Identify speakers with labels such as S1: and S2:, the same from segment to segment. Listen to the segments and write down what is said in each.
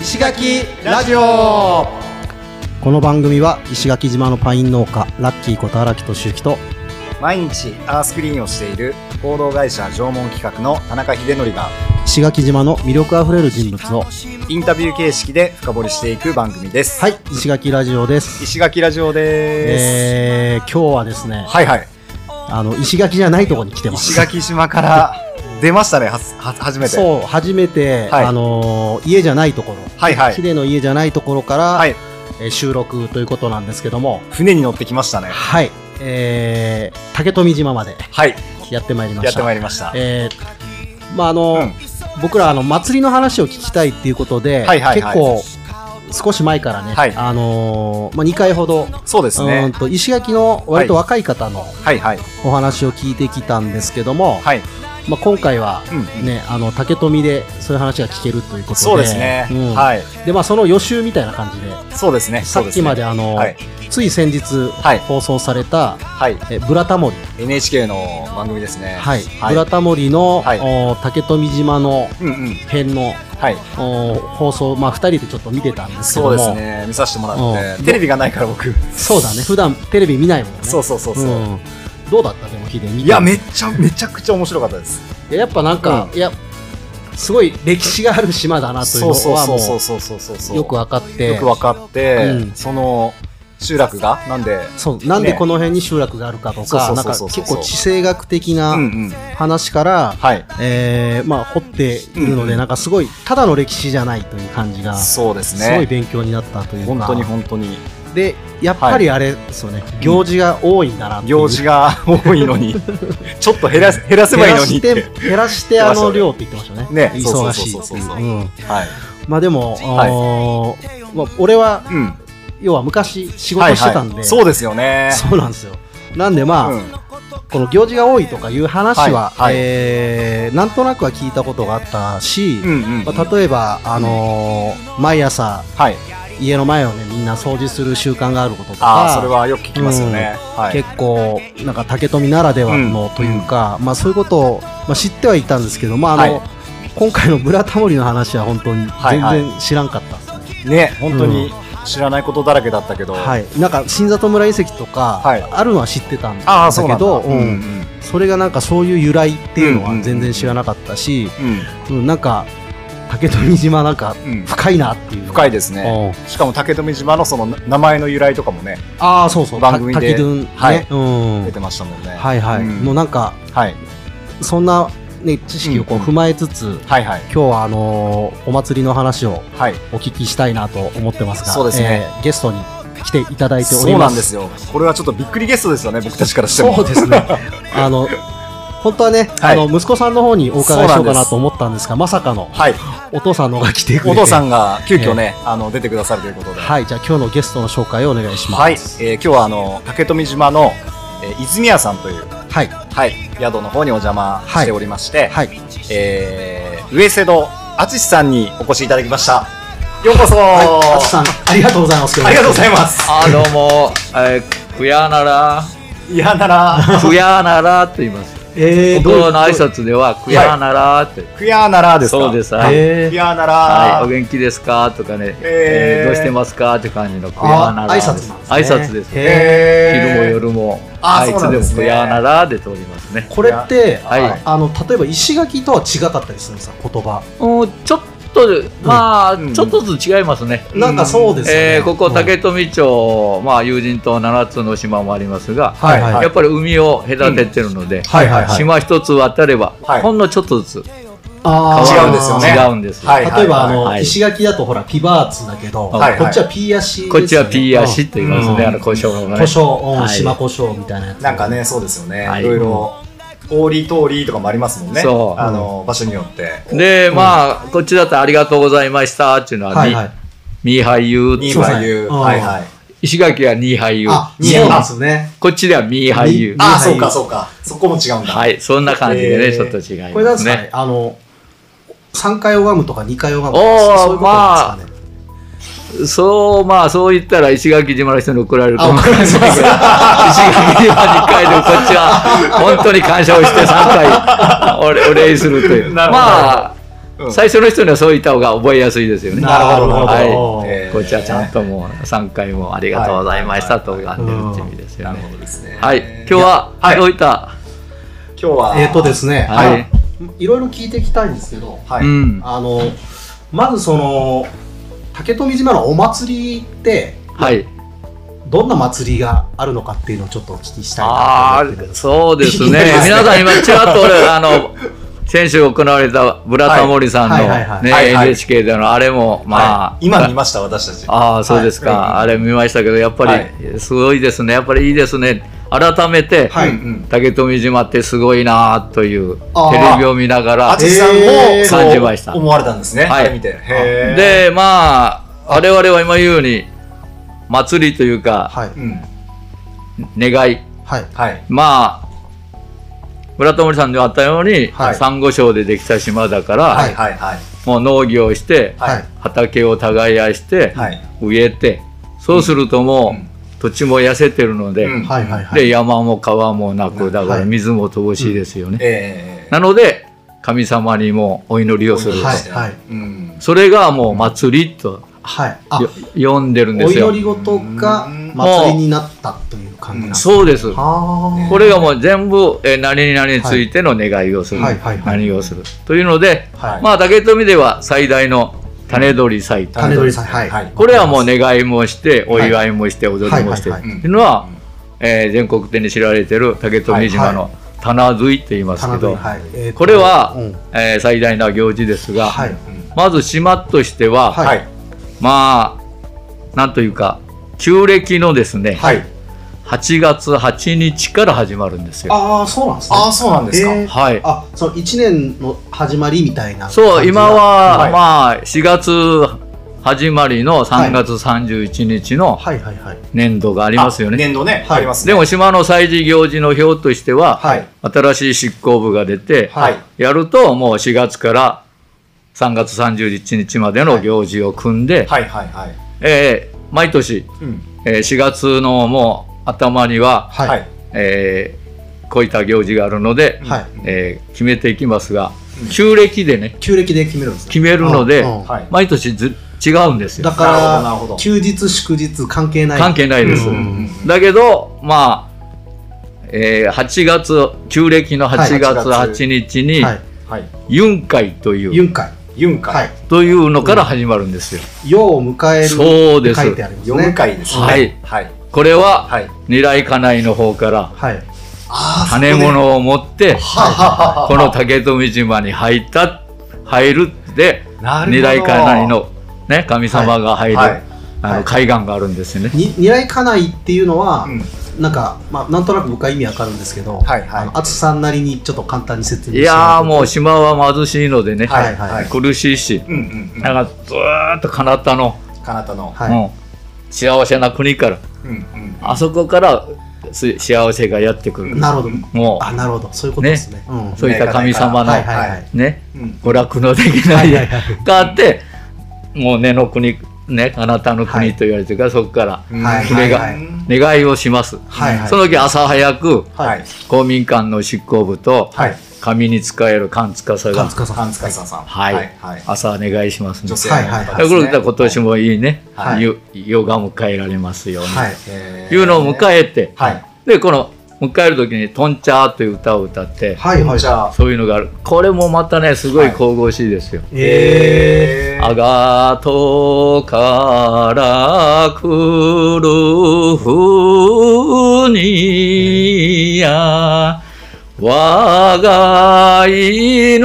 S1: 石垣ラジオ
S2: この番組は石垣島のパイン農家ラッキーこと荒木敏之と
S3: 毎日アースクリーンをしている報道会社縄文企画の田中秀則が
S2: 石垣島の魅力あふれる人物を
S3: インタビュー形式で深掘りしていく番組です。
S2: はい石垣ラジオです
S3: 石垣ラジオです。
S2: えー、今日はですね
S3: はいはい。
S2: あの石垣じゃないところに来てます
S3: 石垣島から出ましたね、はは初めて。
S2: そう初めて、
S3: はい
S2: あのー家じゃないところ
S3: はいは
S2: 秀、
S3: い。
S2: の家じゃないところから、
S3: はい。
S2: えー収録ということなんですけども
S3: 船に乗ってきましたね。
S2: はいえー、竹富島まで
S3: はい。
S2: やってまいりま
S3: や
S2: し
S3: ったてまいりました。
S2: えーまああの、
S3: うん
S2: 僕らあの祭りの話を聞きたいっていうことで、
S3: はいはいはい
S2: 結構少し前からね、
S3: はい
S2: あのーまあ、2回ほど、
S3: そうです
S2: うー
S3: ね。
S2: んと石垣の割と
S3: は
S2: 若い方の
S3: はいはい。
S2: お話を聞いてきたんですけども、
S3: はい。
S2: まあ、今回は、
S3: うん。
S2: ね、あの竹富でそういう話が聞けるということで
S3: そうですね
S2: う。ん
S3: はい。
S2: でまあ、その予習みたいな感じで
S3: そうですね。
S2: さ
S3: そう
S2: っ
S3: です
S2: き
S3: ね
S2: まで。あの、
S3: はい
S2: つい先日、
S3: はい
S2: 放送された
S3: はい。
S2: え「ブラタモリ」
S3: NHK の番組ですね。
S2: はい
S3: は
S2: ブ
S3: い
S2: ラ。タモリの、
S3: はい
S2: お竹富島の
S3: うんうん。
S2: 編の
S3: はい。
S2: お放送、まあ、2人でちょっと見てたんですけど
S3: そう
S2: も
S3: ですね。見させてもらっ
S2: う
S3: て。
S2: ん
S3: テレビがないから僕。
S2: そうだね普段テレビ見ないもんね
S3: そうそうそうそう。
S2: んどうだったでもヒデ見て
S3: いや、めっちゃ、めちゃくちゃ面白かったです。
S2: いややっぱなんか、いやすごい歴史がある島だなという
S3: そう
S2: の
S3: そう
S2: は
S3: そ
S2: も
S3: うそう
S2: う
S3: そうそうそうそう。
S2: よく分かって
S3: よく分かって、
S2: うん
S3: その集落が、なんで、
S2: そうなんで
S3: ね
S2: この辺に集落があるかと
S3: そ
S2: か、
S3: うそ
S2: なん
S3: う
S2: か
S3: そうそう
S2: 結構地政学的な
S3: うんうん。
S2: 話から、
S3: はい。
S2: えーまあ、掘っているので、
S3: うん
S2: なんかすごいただの歴史じゃないという感じが、す
S3: そうです
S2: ごい
S3: ね。
S2: 勉強になったというか
S3: 本当に本当に。
S2: でやっぱりあれですよね、行事が多いんだなっていう
S3: 行事が多いの に、ちょっと減らす減らせばいいのにっ
S2: 減ら
S3: て。
S2: して減 らしてあの量って言ってましたね
S3: ね
S2: 忙しいってい
S3: そうそうそうそう
S2: う
S3: そ
S2: うん
S3: はい。
S2: まあでも、
S3: はい
S2: あのーまあ、俺は
S3: うん。
S2: 要は昔仕
S3: はいは
S2: 事
S3: い
S2: してたんで、
S3: そうですよね。
S2: そうなんですよなんでまあ、
S3: うん
S2: この行事が多いとかいう話は、
S3: はいはい
S2: えーなんとなくは聞いたことがあったし、
S3: うんうんうん。
S2: まあ、例えば、あのー毎朝
S3: はい。
S2: 家の前をねみんな掃除する習慣があることとか
S3: ああ、それはよく聞きますよね。はい。
S2: 結構なんか竹富ならではのというか、まあ、そういうことを、まあ、知ってはいたんですけど、まああの
S3: は
S2: 今回の「ブラタモリ」の話は本当に
S3: はい
S2: 全
S3: はい
S2: 然知らんかったですね。はい
S3: ね、本当に知らないことだらけだったけど。
S2: なんか新里村遺跡とか、
S3: はい
S2: あるのは知ってたん
S3: あ
S2: だ
S3: あ、そう
S2: け
S3: なんだ。
S2: ど、
S3: うん
S2: う
S3: うんん。
S2: それがなんかそういう由来っていうのは全然知らなかったし、
S3: うん。
S2: うんなんか竹富島なんか
S3: うん。
S2: 深いなっていう
S3: 深い
S2: で
S3: ですね。しかも竹富島のその名前の由来とかもね、
S2: ああそうそう
S3: 番組で
S2: 竹富ね、
S3: はい
S2: うん
S3: 出てましたもんね。
S2: はいはい、
S3: うん
S2: のなんか
S3: はい。
S2: そんな、ね、知識をこう踏まえつつ、
S3: はいはい。
S2: 今日はあのーお祭りの話を
S3: はい。
S2: お聞きしたいなと思ってますが、
S3: そうですね
S2: えーゲストに来ていただいてお
S3: そ
S2: り
S3: う
S2: ま
S3: なん
S2: す。
S3: ですよ。これはちょっとびっくりゲストですよね、僕たちからしても。
S2: そうですね。 あの、本当はね、
S3: はい
S2: あの、息子さんの方にお伺いし
S3: そ
S2: よう
S3: うな
S2: か
S3: んで
S2: な
S3: す
S2: と思ったんですが、まさかの
S3: はい。
S2: お父さんの方が来てくれて。
S3: お父さんが急遽ね、あの、出てくださるということで。はい。
S2: はい、じゃあ今日のゲストの紹介をお願いします。
S3: えー今日はあの、竹富島の、えー泉屋さんという、
S2: はい、
S3: はい、宿の方にお邪魔しておりまして、
S2: はい、
S3: えー、上瀬戸敦さんにお越しいただきました。ようこそ、
S2: あつさん、ありがとうございます。
S3: ありがとうござい
S2: す。
S3: ます。
S4: あどうも、えー、クヤナラ、
S3: いやなら、
S4: クヤナラって言います。
S2: えー、
S4: 僕
S2: どう
S4: の挨拶ではクヤナラって、
S3: くやならですか。
S4: そうですす。はい、
S2: え
S3: く
S2: ー、
S3: やな
S4: はい
S3: ら
S4: お、元気ですかとかね、
S3: え
S4: え
S3: ー
S4: ーどうしてますかって感じのクヤナラ
S2: あ
S4: で
S2: 挨拶
S4: す。
S2: なんですね
S4: 挨拶です。
S3: えー
S4: 昼も夜も、
S3: あ
S4: い
S3: そう
S4: つ
S3: なん
S4: で
S3: で
S4: も
S3: すね
S4: クヤナラで通りますね。
S2: これって、
S4: はい
S3: はい
S2: あの、例えば石垣とは違かったりするんですか、言葉。
S4: うん、ちょっと、まあ、
S3: ん
S4: ちょっとずつ違いますね。
S2: なんかそうですよね。
S4: えーここ竹富町、まあ、友人島7つの島もありますが、
S2: はいはい
S4: やっぱり海を隔ててるので、
S2: はいはいはい
S4: 島一つ渡れば、
S3: はい
S4: ほんのちょっとずつ
S2: あ
S3: 違
S2: ー
S3: うんですよね
S4: 違うんです、
S3: はい
S2: 例えば、あ
S3: はい
S2: の、
S4: はい
S2: 石垣だとほら、ピバーツだけど、
S4: はい
S3: はい
S2: こっちはピーヤシ、
S4: こっちはピーアシって言いますね、
S3: うん
S4: あの胡椒の
S2: うん。
S4: ね
S2: 胡椒、うん
S4: はい
S2: 島胡椒みたいなやつ。
S3: なんかね、そうですよね。、
S4: はいい
S3: ろいろ、通り通りとかもありますもんね。
S4: そう
S3: あの、場所によって。
S4: でまあこっちだと「ありがとうございました」っていうのは、
S2: はいはい。
S4: ミーハイユ
S3: ニ
S4: ー
S3: ーハイユー。
S2: そう
S3: は
S2: ですね
S3: いはい。
S4: 石垣はニーハイユ
S2: あ、
S3: い
S2: そ
S3: や
S2: うなんですね。
S4: こっちではミーハイユ
S2: ミ
S3: ああ、
S2: ニーハイ
S3: そうかそうか。そこも違うんだ。
S4: はいそんな感じでね、
S3: えー
S4: ちょっと違い
S2: これなんで
S4: ま
S2: すすかね
S4: ね、
S2: あの、3回拝むとか2回拝むと
S4: お
S2: か、
S4: ー
S2: そういうことなんですかね。
S4: そうまあそう言ったら石垣島の人に怒られると
S2: あ、
S4: 思う
S2: わかり ました。
S4: 石垣島に帰るこっちは本当に感謝をして3回おお礼するという
S3: なるほど
S4: まあ
S3: うん
S4: 最初の人にはそういった方が覚えやすいですよね。
S2: なるほど
S4: はい
S2: なるほど
S4: えーこっちはちゃんともう3回もありがとうございましたとやってるって意味ですよ
S3: なるほ
S4: ね。
S3: どですね。
S4: はい、今日はどういった、
S3: 今日は、
S2: えっ、とですね、
S4: はい
S2: あいろいろ聞いていきたいんですけど、
S3: はい
S4: うん、
S2: あの、まずその、竹富島のお祭りって、
S4: はい。
S2: どんな祭りがあるのかっていうのをちょっとお聞きしたいな
S4: あ
S2: と思ってるん
S4: あ、
S2: です。
S4: そうですね。皆さん今ちらっと俺、あの、先週行われたブラタモリさんの、
S2: はいはいはい
S4: ね、
S3: はいはい
S4: NHK でのあれも、まあ、
S3: はい今見ました、私たち。
S4: ああそうですか、
S3: はい
S4: あれ見ましたけどやっぱり、
S3: は
S4: すごいですねやっぱりいいですね改めて、
S2: はい
S3: うんうん
S4: 竹富島ってすごいなあというテ
S2: ああ
S4: レビを見ながら
S3: あちさん
S2: え
S3: も
S2: ー
S3: そう
S4: 感じました
S3: 思われたんですね。
S4: は
S3: はいい。見て。へー、
S4: でまあ我々は今言うように祭りというか
S2: はい。
S3: うん。
S4: 願い
S2: はい。
S3: はい。
S4: まあ村友さんであったように、
S2: はい
S4: 珊瑚礁でできた島だから、
S2: は
S3: はいい。はい。はい。
S4: もう農業をして、
S3: はい
S2: はい。
S4: 畑を耕して、
S3: はい。
S4: 植えてそうするともう、
S3: うん
S4: 土地も痩せてるので、
S3: うん
S2: はい。はい。はい。
S4: で山も川もなくだか
S2: は
S4: ら
S2: い
S4: 水も乏しいですよね、
S3: えー
S4: なので神様にもお祈りをす
S2: お
S4: る、
S2: 祈りはいはい
S3: うん。
S4: それがもう祭りと
S2: はい。あ、
S4: よ呼んでるんで
S2: お
S4: すよ
S2: 祈り事が祭りになったという感じなんですね。
S4: そうです
S2: は
S4: これがもう全部えー何々についての願いをする、
S2: はいはいはい
S4: 何をするというので、
S2: はい
S4: まあ竹富では最大の種取り祭
S2: あ、種取りさん、はい。
S3: はい。
S4: これはもう願いもしてお祝いもして踊りもして
S2: はい
S4: っ
S2: は
S3: はいはい
S2: い
S4: ていうのは、えー全国的に知られてる竹富島
S2: は
S4: の棚ずいって言います
S2: 棚
S4: け
S2: 取
S4: ど、
S2: り、はい。えーと
S4: これは、
S2: うん
S4: えー最大な行事ですが、
S2: はい。
S3: うん
S4: まず島としては、
S2: はい
S3: はい。
S4: まあなんというか旧暦のですね、
S2: はい。
S4: 8月8日から始まるんですよ。
S2: ああ、そうなんですね。
S3: ああ、そうなんですか。
S2: えー
S4: はい、
S2: あ、その一年の始まりみたいな感じが。
S4: そう今は、
S3: はい
S4: まあ4月始まりの3月31日の
S2: はいはいはい。
S4: 年度がありますよね。
S3: 年度ね、
S2: はい
S3: ありますね。
S4: でも島の祭事行事の表としては、
S2: はい
S4: 新しい執行部が出て、
S3: はい。
S4: やるともう4月から3月31日までの行事を組んで、
S3: はいはいはい。
S4: えー毎年、
S3: うん。
S4: えー4月のもう頭には、
S2: はい。
S3: はい。
S4: えーこういった行事があるので、
S2: はい
S4: えー決めていきますが、
S3: うん
S4: 旧暦でね
S2: 旧暦で決めるんですね
S4: 決めるので、
S2: うんうん
S3: はい。
S4: 毎年ず違うんです
S2: だ
S4: よ
S2: か
S3: なるほどなるほ
S2: ら
S3: ど
S2: 休日祝日関係ない
S4: 関係ないです、
S2: うん
S4: だけどまあえー8月旧暦の8月
S3: はい
S4: 8日に、
S2: はい
S3: はい。
S4: ユン会という
S2: ユン会
S3: ユン
S2: は
S3: 会。
S2: い
S4: というのから始まるんですよ、
S2: 世を迎える
S4: そう
S2: って
S4: です
S2: 書いてあります
S3: ヨム
S2: ね
S3: 会ですね。
S4: はい
S3: はい。
S4: これは、
S3: はい。
S4: 二来家内の方から
S2: はい
S3: あ
S4: 種物を持って
S3: ははは
S4: この竹富島に入った入るで
S3: なるほど
S4: 二来家内の、ね、神様が入る、
S3: はいはい
S4: あ
S2: は
S4: の
S2: い
S4: 海岸があるんですよね。
S2: に二来家内っていうのは、
S3: うん
S2: なんか、まあ、なんとなく僕は意味わかるんですけど、
S3: はいはい
S2: あの厚さんなりにちょっと簡単に説明
S4: いやーも
S2: う
S4: う島は貧しいのでね、
S2: はいはい
S3: はい。
S4: 苦しいし、
S3: うんうんうん。
S4: なんかずーっと彼方の、
S3: かなたの。
S2: はい
S4: うん幸せな国から
S3: うんうん。
S4: あそこからす幸せがやってくる、
S2: なるほど
S4: も
S2: あなるほどそういうことですねうん
S4: うそういった神様の、
S2: はいはいは
S3: はい
S4: ね、
S3: うん
S4: 娯楽のできな
S2: はい
S4: い
S2: はいはい
S4: があって、もう根の国、ね、あなたの国と言われてるから、そこから
S3: うん
S2: はい
S4: それが
S2: はい
S4: 願いをします。
S2: はいはい
S4: その時朝早く、
S3: はい。
S4: 公民館の執行部と、
S3: はい。
S4: 神に仕える官司
S2: 勘
S4: が
S2: 塚さん
S3: 勘塚さん。
S4: はい
S3: はい。
S4: 朝願いしますね
S3: 女性
S2: はいはい
S4: ということで今年
S3: も。
S4: もいいね、
S2: はい
S4: よ夜が迎えられますように、
S2: はい
S3: え
S4: いうのを迎えて、
S3: はい
S4: でこの迎える時に「とんちゃー」という歌を歌って、
S2: はいはい
S3: じゃあ、
S4: そういうのがあるこれもまたねすごい神々しいですよ。
S2: え
S3: え
S4: あがとから来るふにや、我が犬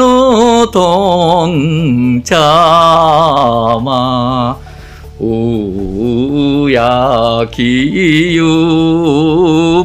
S4: とんちゃま、うやきゆ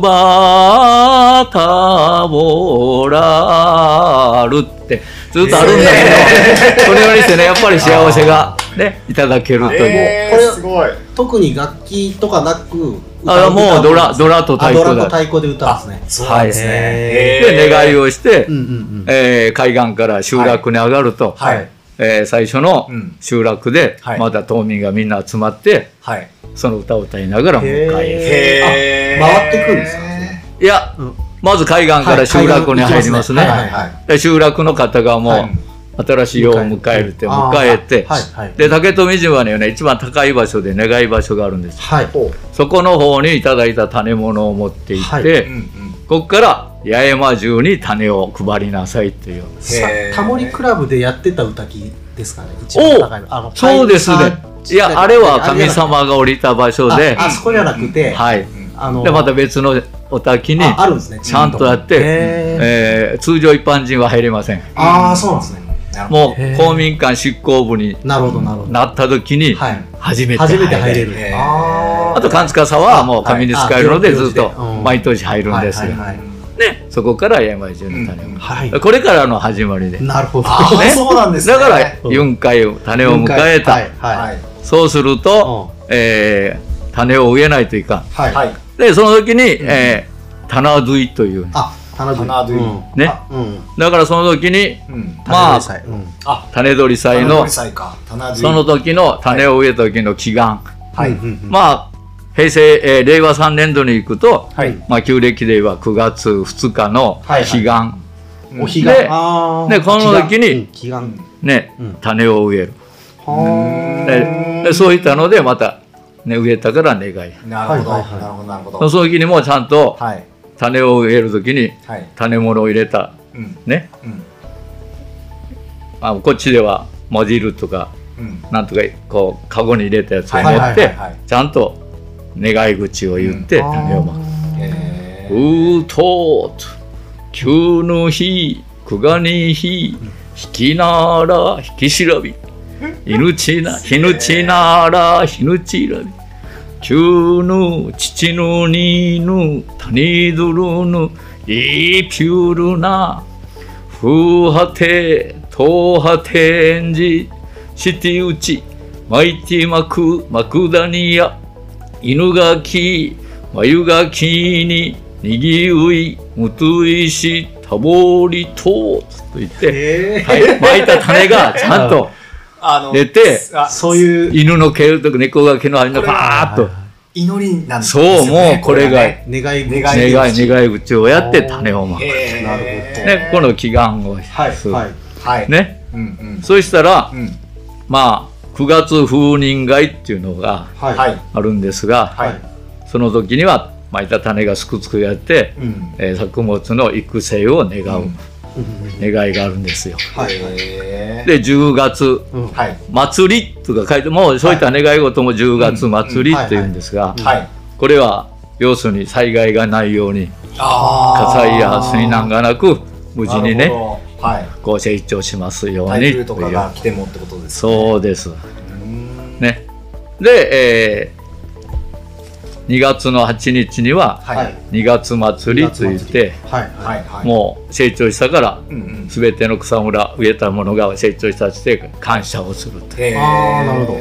S4: ばたぼらるって、ずっとあるんだけど、これよりしてね、やっぱり幸せがね、いただけるという。
S3: え
S2: これ
S3: すごい。
S2: ー特に楽器とかなく
S4: あもうドラ、ド
S2: ラ
S4: ラと太
S2: ド
S4: 鼓
S2: ラと
S4: だ。
S2: 太鼓で歌うんですね
S3: そうなんですね。
S2: へ
S4: で、願い
S3: を。
S4: をして
S2: うん、うんうん
S4: えー海岸から集落に上がると、
S3: はい。
S4: えー最初の
S3: うん
S4: 集落で、
S3: はい
S4: まだ島民がみんな集まって、
S3: はい。
S4: その歌を歌いながら迎える。
S2: へーあ回ってくるんですかね
S4: いや
S2: うん、
S4: まず海岸から集落に入りますね。
S3: は
S2: はい海岸行きますね
S3: いはい
S4: で集落の方がもう、
S3: はい
S4: 新しい世を迎えるって
S2: あ
S4: 迎
S2: ー
S4: えて、
S2: はいはい
S4: で竹富島にはね一番高い場所で願い場所があるんです
S2: はい
S4: そこの方にいただいた種物を持っていって、
S2: は
S4: ここから八重山中に種を配りなさいっていう
S2: さ
S3: へー
S2: タモリクラブでやってた歌きですかね一番高いのあの
S4: そうです
S2: パイ
S4: ね
S2: プさん
S4: いやあれは神様が降りた場所で
S2: ああそこじゃなくて、
S4: はい
S2: あの
S4: でまた別のお滝に
S2: ああるんですね
S4: ちゃんとやって、
S2: へー
S4: えー通常一般人は入れません
S2: ああそうなんですね
S3: なるほど
S4: も
S2: へー
S4: う公民館執行部に
S2: なるほどなるほど
S4: なった時に
S2: はい
S4: 初めて
S2: 初
S4: 入れ
S2: め
S4: る
S2: て入れる
S3: へー
S2: あ
S4: あと勘塚さんはもう紙に使えるので
S2: はいあ
S4: ずっと
S2: 行事でうん
S4: 毎年入るんですよ、
S2: はいはい
S4: ね、そこから八重山中の種を、
S2: はい、
S4: これからの始まりで、
S2: なるほど
S3: あ
S4: ね
S3: そうなんですね
S4: だか
S2: う
S4: ら
S2: ん
S4: 4回種を迎えた、
S2: はいはい、
S3: はい
S4: そうすると、えー種を植えないといかん
S2: はい、
S3: はい
S4: でその時に、えー、棚食いという
S2: あ花
S3: 花
S2: 花
S3: 髄
S2: うん
S4: ね
S2: うん、
S4: だからその時に
S3: うん
S4: まあ
S2: 種類祭うん
S3: あ
S4: 種取り祭の
S3: 棚取り祭か棚
S4: その時の種を植えた時の祈願、
S3: はい
S2: うんうんうん
S4: まあ平成、えー令和3年度に行くと、
S3: はい
S4: まあ、旧暦では9月2日の
S2: はいはい
S4: 祈願、
S3: うん
S2: お彼岸
S4: で
S2: あー
S4: でこの時に
S2: うん祈願
S4: ね、
S2: うん
S4: 種を植える
S2: は
S4: ででそういったのでまた、ね、植えたから願い
S3: なるほど
S2: はいはいはい
S3: なるほどなるほ
S4: そ
S3: ど
S4: の時にもちゃんと
S3: はい
S4: 種を植える時に
S3: はい
S4: 種物を入れた
S3: うん
S4: ね
S3: うん
S4: あこっちでは混じるとか
S3: うん
S4: なんとかこうカゴに入れたやつを持
S3: はい
S2: は
S4: っ
S2: いは
S4: て
S3: いはい
S4: ちゃんと願い口を言って
S2: あー
S4: 種をまく。
S3: えー
S4: うとうと急ぬ日くがにひ引きなら引きし らびいぬちなひぬちならひぬちらび急ぬ父ぬにぬ谷ずるぬいぴゅるな風はて東はてんじしてうち巻いてまくまくだにや犬がき眉がきににぎういむついしたぼりとと言って、
S2: え
S4: はい、巻いた 種がちゃんと
S3: あの
S4: 出て
S3: あ
S2: そういう
S4: 犬の毛とか猫が毛の間がパーッと
S3: 祈りなんですよね
S4: そうもうこれが
S3: ね
S2: 願い
S3: 願
S4: 願
S3: い
S4: い願い口をやって種をまく、
S3: へー
S2: な
S4: ね、この祈願をす
S2: はい
S4: る、
S2: はい
S3: はい
S4: ね
S3: うんうん
S4: そうしたら
S3: うん
S4: まあ9月風鈴街っていうのが
S2: はい
S3: はい
S4: あるんですが、
S3: はい
S4: その時には巻いた種がすくすくやって、
S3: うん
S4: えー作物の育成を願
S2: う
S4: う、
S2: んうん
S4: 願いがあるんですよ。
S2: はいはい
S3: へー
S4: で10月
S2: うん
S3: はい
S4: 祭りとか書いてもうそういった願い事も10月祭りっていうんですが、
S3: はい
S4: これは要するに災害がないように火
S3: あ
S4: 災や水難がなく無
S3: ー
S4: 事に
S3: なる
S4: ね
S3: ほどはい
S4: こう成長しますよう
S3: 台
S4: にとい
S3: 風
S4: う
S3: とかが来てもってことです
S4: そうです
S3: うん
S4: ねで、え2月の8日には
S3: はい
S4: 2月祭りといって
S2: はい
S3: は
S2: はい
S3: いはい
S4: もう成長したから
S3: うんうん
S4: 全ての草むら植えたものが成長したとして感謝をすると
S3: へー
S2: あーなるほど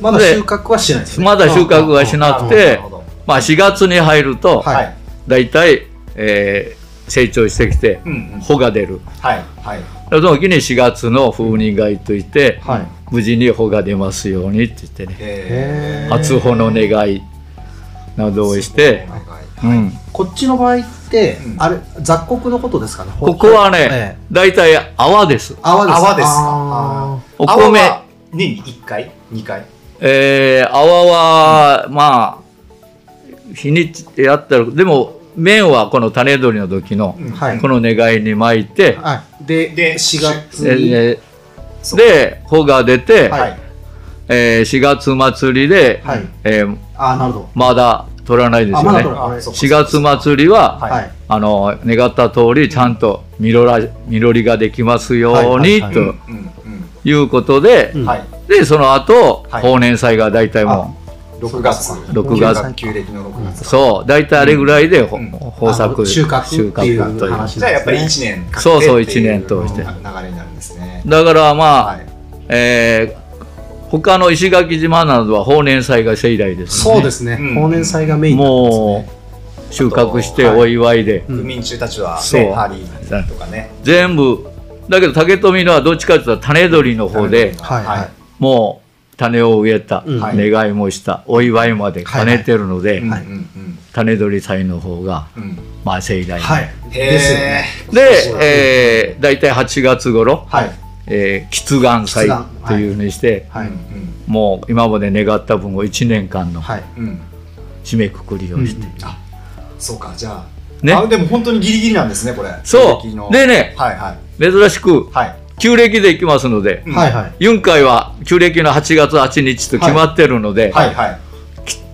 S2: まだ
S4: で
S2: 収穫はしないですね
S4: まだ収穫がしなく
S3: な
S4: て
S3: るほどなるほど
S4: まあ4月に入ると、
S2: はい
S3: はい
S4: 大体、えー成長してきて
S3: うんうん
S4: 穂が出る
S3: はいはい
S4: その時に4月の風鈴がいといて、
S2: はい
S4: 無事に穂が出ますようにって言ってね
S3: へ
S2: へー
S4: 初穂の願いなどをして、うん
S2: こっちの場合って、
S3: うん
S2: あれ雑穀のことですかね
S4: ここはね、
S2: ええ
S4: 大体泡です
S2: 泡です
S3: 泡です
S2: あ
S4: お米
S3: 年に1回2回
S4: えー泡は、まあ日にちってやったらでも麺はこの種取りの時の、
S2: ーはい
S4: この願いに巻いて、
S2: ーはいで
S3: で
S2: 4月
S4: え
S2: に、
S4: ーで穂が出て、
S2: はい
S3: はい
S4: えー4月祭りで、
S2: はい
S4: えー
S2: あーなるほど
S4: まだ取らないです
S2: あまだ
S4: よね。
S2: 取らない
S3: あそっか
S4: 4月祭りは、
S3: はい
S2: はい
S4: あの願った通りちゃんと実ら実りができますように、
S2: はいはいはい
S4: と
S3: うんう
S4: いうことで、
S2: うん
S3: んはい
S4: でその後、
S3: はい
S4: 法年祭が大体も
S3: 6月
S4: 六月
S3: 旧暦の6
S4: う
S3: 月
S4: そう大体あれぐらいで、ほ
S3: うん
S4: 豊
S2: あ
S4: 作
S2: の収穫っていう話
S4: という
S2: なんですね
S3: じゃあやっぱり1年かけて
S4: そうそう
S3: ってい
S4: 一年通して
S3: 流れになるんですね
S4: だからまあ、
S3: はい
S4: えー他の石垣島などは法年祭が盛大です
S2: そう
S4: よね、
S2: ですね
S3: うん
S2: 忘年祭がメインなんです
S4: も
S2: ね
S4: う収穫してお祝いで、
S2: うん
S3: 不眠中たちは
S4: そう
S3: ねハリーとかね
S4: 全部だけど竹富のはどっちかというと種取りの方で
S2: はいはい
S4: もう種を植えた、
S2: うん
S4: 願いもしたお祝いまで兼ねてるので、
S3: うんうん
S2: はい
S4: 種取り祭の方が
S3: うんうん
S4: まあ盛大に、
S2: はい
S3: へー
S2: ですよね
S4: で、えー、大体8月頃、
S3: はい
S4: えー、喫願祭
S2: 喫願
S4: というのにして、
S2: はい、
S4: もう今まで願った分を1年間の
S2: はい、
S3: うんうん
S4: 締めくくりをして、
S3: そうかじゃあ
S4: ね
S3: あでも本当にギリギリなんですねこれ
S4: そ
S3: ギリギリの
S4: うでね
S3: はいはい
S4: 珍しく
S3: はい
S4: 旧暦で行きますので、
S3: うん
S2: はいはい
S4: ユン会は旧暦の8月8日と決まってるので、
S3: はいはい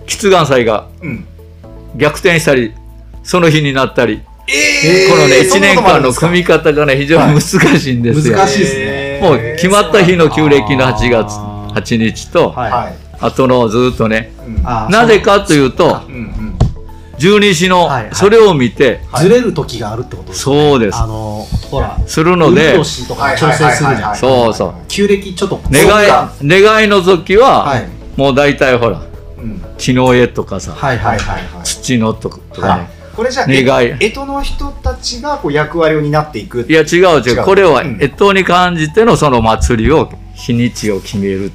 S4: 喫願祭が
S3: うん
S4: 逆転したりその日になったり、
S3: え
S4: このね1年間の組み方がね非常に難しいんですよ、
S2: 難しいですね
S4: もう決まった日の旧暦の8月
S2: あー
S4: 8日と
S2: はい
S3: はい
S4: あとのずっとね
S3: うん
S2: あー
S4: なぜかというと
S3: うんうん
S4: 十二支の
S2: はいはい
S4: それを見て
S2: そうずれる時があるってことですね
S4: そうです
S2: あのほら
S4: するので
S2: 運動士とか調整するじゃないですか
S4: そうそう
S2: 旧暦ちょっと
S4: 願い願いの時
S2: は
S4: はいもう大体ほら
S3: うん
S4: 地の絵とかさ
S2: はい
S3: は
S2: はいい
S3: はいはい
S4: 土のとか
S3: あ
S4: ね
S3: これじゃあ
S4: 願い
S3: え干支の人たちがこう役割を担っていく
S4: いや違う違
S3: 違
S4: う
S3: う
S4: これは
S3: うん
S4: 越冬に感じてのその祭りを日にちを決める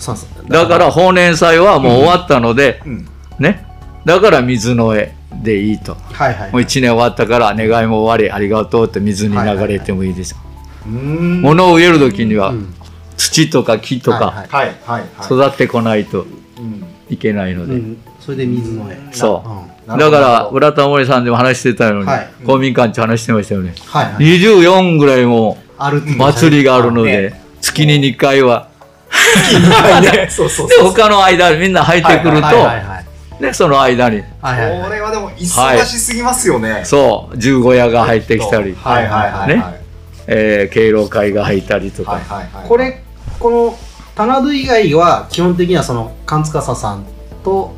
S2: そうそう
S4: だから法年祭はもう終わったので
S3: うん
S4: ねだから水の絵でいいと
S2: はいはい
S4: もう1年終わったから願いも終わりありがとうって水に流れてもいいですよ
S3: うーん
S4: 物を植える時には
S2: うん
S4: 土とか木と
S2: は
S4: か
S2: い
S3: はいはいはい
S4: 育ってこないと
S3: うん
S4: いけないの
S2: う
S4: で
S2: んそれで水の絵
S4: そう
S2: うん
S3: なる
S4: だ
S3: ほ
S4: か
S3: ど
S4: ら村田森さんでも話してたように
S2: はい
S4: 公民館長話してましたよね
S2: はいはい
S4: 24ぐらいも
S2: あるって
S4: 祭りがあるので
S3: ね
S4: 月に2回は
S3: ね そうそう
S4: で
S3: そう
S4: 他の間みんな入ってく
S2: は
S4: る
S2: いはい
S4: と
S2: はい
S4: ねその間に
S2: はいはい
S3: こ
S2: はい
S3: れはでも忙しすぎますよね
S4: そう十五夜が入ってきたり
S3: はいはいはいはい
S4: えー敬老会が入ったりと
S3: は
S4: か
S3: いはいはい
S2: これこの棚戸以外は基本的にはその勘司さんと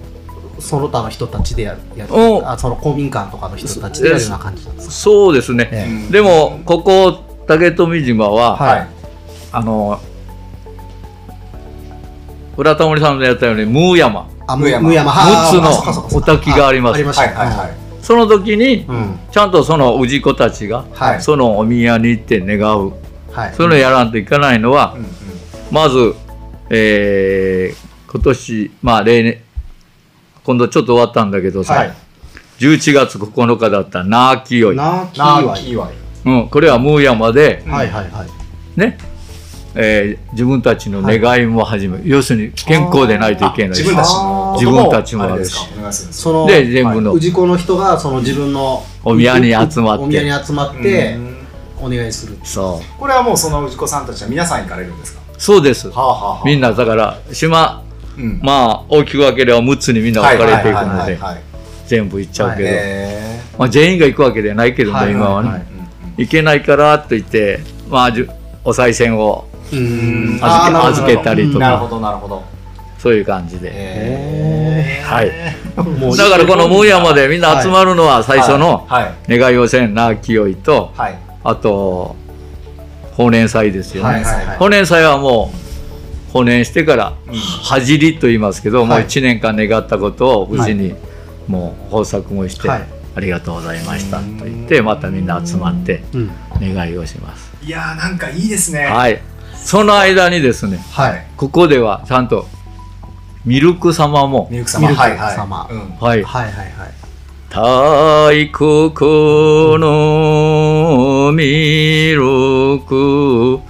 S2: その他の人たちでやるやる
S4: お
S2: あその公民館とかの人たちでやるような感じなんですか
S4: そうですね
S2: え
S3: うん
S4: でもここ竹富島は、
S2: はい
S3: はい
S4: あの浦田森さんのやったようにムー山
S2: あ
S3: むやま
S2: むやま
S4: 6
S2: あ
S4: つの
S2: あそうかそうかそうか
S4: お焚きがあります
S2: ありまし
S3: は
S2: た
S3: いはいはいい
S4: その時に
S2: うん
S4: ちゃんとその氏子たちが
S2: はい
S4: そのお宮に行って願う
S2: はい
S4: そういうのやらんといかないのは
S3: うんうん
S4: まず、えー今年まあ例年今度ちょっと終わったんだけどさ、
S3: はい
S4: 11月9日だったナーキヨイ、
S2: なき
S3: な
S2: わ
S3: あ
S2: い
S3: キーワイ
S4: うん、これはムー山で
S2: はいはいはい
S4: ね、えー自分たちの願いも始め、要するに健康でないといけないし
S3: 自分たちの
S4: 自分たちもあるし
S3: あれですかお願いするんですか
S2: その
S4: で全部の
S2: はい氏子の人がその自分の
S4: お宮に集まって
S2: お宮に集まって
S3: うん
S2: お願いする
S4: そう
S3: これはもうその氏子さんたちは皆さん行かれるんですか
S4: そうです
S3: はあはあはあ
S4: みんなだから島
S3: うん
S4: まあ大きく分ければ6つにみんな分かれていくの
S3: はいはい
S4: で
S3: はいはい
S4: 全部行っちゃうけど、
S3: へ
S4: まあ、全員が行くわけではないけどね、
S2: はい
S4: 今はね、
S2: はいい
S3: ーうんうん
S4: けないからと言ってまあじゅお賽銭を
S2: う
S3: うん
S2: ん
S4: 預け
S2: あーなるほど
S4: 預けたりと
S3: なる
S4: か
S3: ほどなるほど
S4: そういう感じで、
S3: へー
S4: はい
S2: もう
S4: だからこのムーヤまでみんな集まるのは最初の
S3: はい
S4: 願いをせんな清いと
S3: はいはい
S4: あと法年祭ですよね、
S2: はいはいはい
S4: 法年祭はもう法年してから
S3: うん
S4: 恥じりと言いますけど、もう
S2: はい
S4: 1年間願ったことを無事にもう豊作もして、
S2: はい
S4: ありがとうございましたと言ってまたみんな集まって
S2: うん
S4: 願いをします、
S3: いやーなんかいいですね
S4: はいその間にですね
S2: はい
S4: ここではちゃんとミルク様も
S3: ミルク様
S2: ミルク
S3: はいはい
S2: 様
S3: うん
S4: はい
S2: はいはいはい
S4: 太鼓のミルク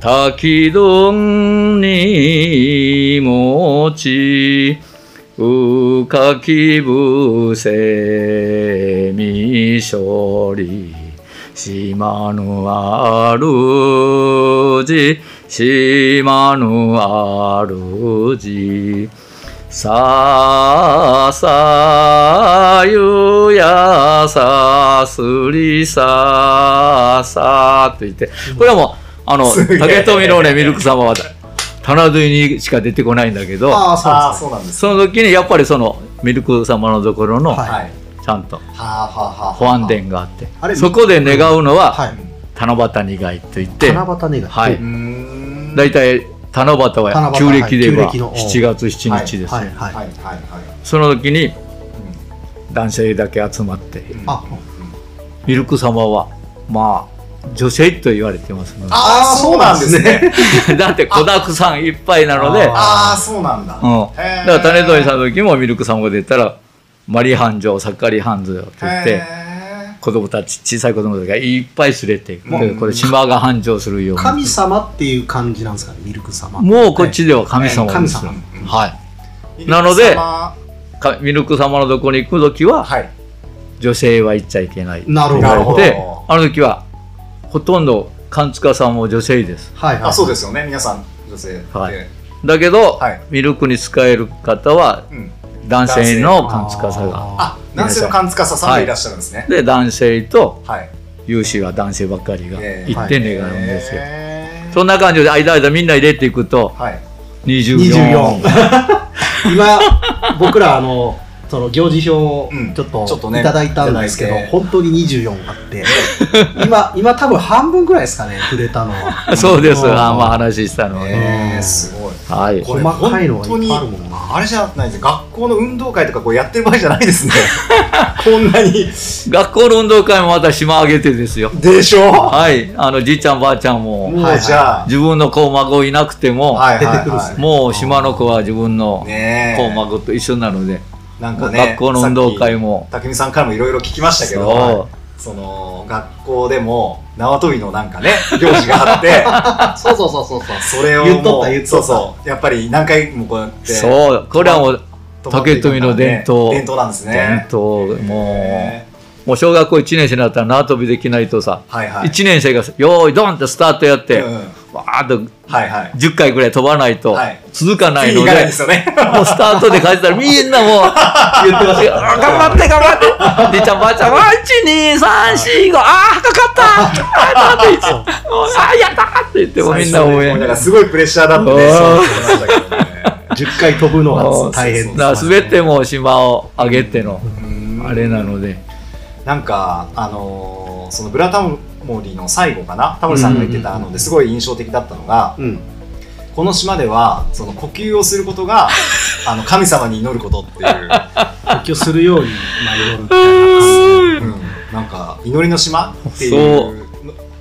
S4: 滝丼に持ちうかきぶせみしょり島のあるじ島のあるじさあさあゆやさあすりさあさあと言ってこれはもうあの
S3: すげえ
S4: 竹富のねミルク様は棚取りにしか出てこないんだけど
S2: あ
S3: あ
S2: あ
S3: ー
S2: そ
S3: そ
S2: う
S3: うなんです
S4: その時にやっぱりそのミルク様のところの
S2: は
S3: はい
S4: ちゃんと
S3: はあはあはあ
S4: 保安殿があって
S2: あれ
S4: そこで願うの
S2: は
S4: はい七夕願いと言って
S2: 七夕願い
S4: は
S3: う
S4: い
S3: ーん
S4: 大体七夕は旧暦で
S2: はい
S4: は
S2: 旧暦の
S4: 7月7日です
S2: はい
S4: ね
S2: は
S3: はいいはいはい
S4: その時に
S3: う
S4: 男性だけ集まって
S3: んうん
S2: あ
S4: ミルク様はまあ女性と言われてますの
S3: ああそうなんですね
S4: で だって子だくさんいっぱいなので
S2: あ
S3: ああそうなんだ
S4: うん、
S3: へー
S4: だから種取りさんの時もミルクさんが出たらマリハンジョサッカリハンズって言って
S3: へー
S4: 子供たち小さい子供たちがいっぱい連れていく、
S2: もう
S4: これ島が繁盛するように
S2: 神様っていう感じなんですかねミルク様
S4: もうこっちでは神様なんですよ、
S2: 神
S4: は
S3: うん
S4: なの
S3: ミ
S4: で
S3: ルク様
S4: いかミルク様のとこに行く時は
S3: はい。
S4: 女性は行っちゃいけない
S2: なるほど
S3: なるほど
S4: であの時はほとんど勘塚さんも女性です
S2: はいはい
S3: あ、そうですよね。皆さん、女性で。
S4: はいだけど、
S3: はい
S4: ミルクに使える方は
S3: うん。
S4: 男性の勘塚さんが
S2: あ
S3: あ、男性の勘塚さんがいらっしゃるんですね。
S4: で男性と
S3: はい。
S4: 有志は男性ばっかりが
S3: ええ
S4: 一点例があるんですよ、
S3: へー
S4: そんな感じで間々みんな入れていくと
S3: はい。
S4: 24
S2: 24 今僕らあのその行事表を
S3: うん
S2: ちょっと
S3: ちょっとね
S2: いただいたんですけ
S3: い
S2: ど、
S3: ただいて
S2: 本当に24あ って今今多分半分ぐらいですかね触れたのは
S4: そうです
S2: うん
S4: あんま話したのはね、
S3: えー、すごい。
S4: はい
S3: これ
S2: 細かいのがいっぱいある
S3: 本
S2: もんな
S3: あれじゃないです学校の運動会とかこうやってる場合じゃないですね。 こんなに。
S4: 学校の運動会もまた島上げてですよ
S3: でしょ
S4: はいあのじいちゃんばあちゃんも
S3: もうじゃあ、
S4: 自分の子孫いなくても、
S3: はいはいはい
S2: 出てくるっす
S4: もう島の子は自分の
S3: ね
S4: 子
S3: え。
S4: 孫と一緒なので、
S3: なんかね、
S4: 学校の運動会も
S3: さっき。たみさんからもいろいろ聞きましたけ
S4: そ
S3: ど、その、学校でも縄跳びのなんかね、 行事があって、
S2: そうそうそうそうそう
S3: それを
S2: 言っと
S3: も
S2: っ
S3: う
S2: た言っとった
S3: そうそうやっぱり何回もこうやって
S4: そうこれはもう
S3: 止まっていく
S4: 竹富の伝統
S3: 伝統なんです
S4: 伝
S3: ね
S4: 統も
S3: へ
S4: うもう小学校1年生になったら縄跳びできないとさ、
S3: ーはいはい
S4: 一1年生が「よーいドン!」ってスタートやって、
S3: うん
S4: わーっと
S3: はいはい
S4: 10回ぐらい飛ばないと
S3: はい
S4: 続かない
S3: 次に行
S4: ので、
S3: かないですよ ね
S4: もうスタートで書いてたらみんなもう言ってますよあー頑張って頑張 ってでちゃんばあちゃんは1234ああかかったあーなんて言ってあーやったーって言ってもうみんな応援
S3: だからすごいプレッシャーだったね
S4: うん
S3: そうそうそうだけどね
S2: 10回飛ぶのが大変
S3: そう
S4: だから全てもう島を上げての
S3: うん
S4: あれなので
S3: なんかあのーその「ブラタモリ」の最後かなタモリさんが言ってたのですごい印象的だったのが
S2: うん
S3: この島ではその呼吸をすること があの神様に祈ることっていう
S2: 呼吸するように迷うみたいな
S3: うんなんか祈りの島っていう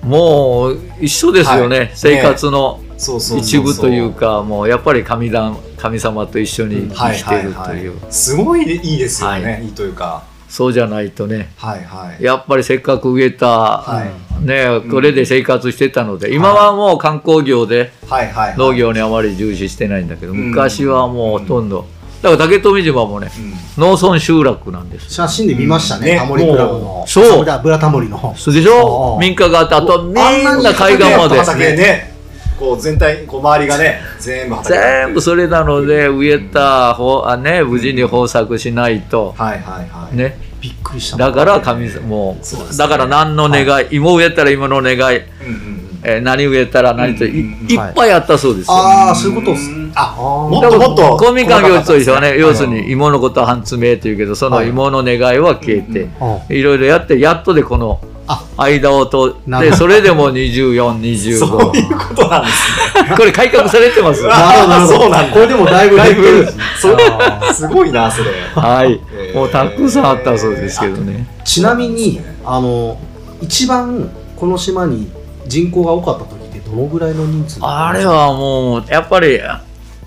S4: もう一緒ですよね、
S3: はい
S4: 生活の
S3: そうそうそうそう
S4: 一部というかもうやっぱり神だ神様と一緒に生きてるという、
S3: すごいいいですよね、、
S4: はい
S3: いというか
S4: そうじゃないとね
S3: はいはい
S4: やっぱりせっかく植えた、
S3: は
S4: ねこれで生活してたので、今はもう観光業で
S3: はいはいはい
S4: 農業にあまり重視してないんだけど、
S3: うん
S4: 昔はもうほとんど、だから竹富島もね
S3: うん
S4: 農村集落なんです
S2: 写真で見ましたね
S3: ね
S2: タモリクラブの
S4: そう
S2: ブラブラタモリの方
S4: そうでし
S2: あ
S4: ょ
S2: あ
S4: 民家があってあとみん
S2: あんな
S4: な
S2: に
S4: 海岸まで
S3: 畑ねこう全体こう周りがね全部畑
S4: 全部それなので植えた方あ、ね、無事に豊作しないと、
S3: はいはいはい、
S4: ね、
S2: びっくりした
S4: だから神様もう
S3: そうですね
S4: だから何の願い、芋植えたら芋の願い、
S3: うんうんうん
S4: えー何植えたら何とい,、
S3: うんうんうん
S4: いっぱいあったそうですよ。
S2: ああそういうことっすね
S3: あ
S2: あ
S3: もっともっと
S4: 公民館行事と一緒はね、
S3: 細かか
S4: 要
S3: った
S4: す
S3: ん
S4: る
S3: ですね
S4: に芋のことは半詰めというけど、その芋の願いは消えて、
S2: あ
S4: いろいろやって、やっとでこの
S2: あ
S4: 間を通っ
S2: なる
S4: て、
S2: ほど
S4: それでも24、25
S3: そう。いうことなんですね
S4: これ改革されて ます。
S3: わ
S2: なるほどなるほど
S3: そうなんだ
S2: これでもだいぶ
S3: だい
S2: 出
S3: ぶ
S2: てるんですね
S3: そう
S2: あー
S3: すごいな それ
S4: はい
S3: へー。
S4: もうたくさんあったそうですけどね。
S2: ちなみにあの一番この島に人口が多かった時ってどのぐらいの人数
S4: あれはもう、やっぱり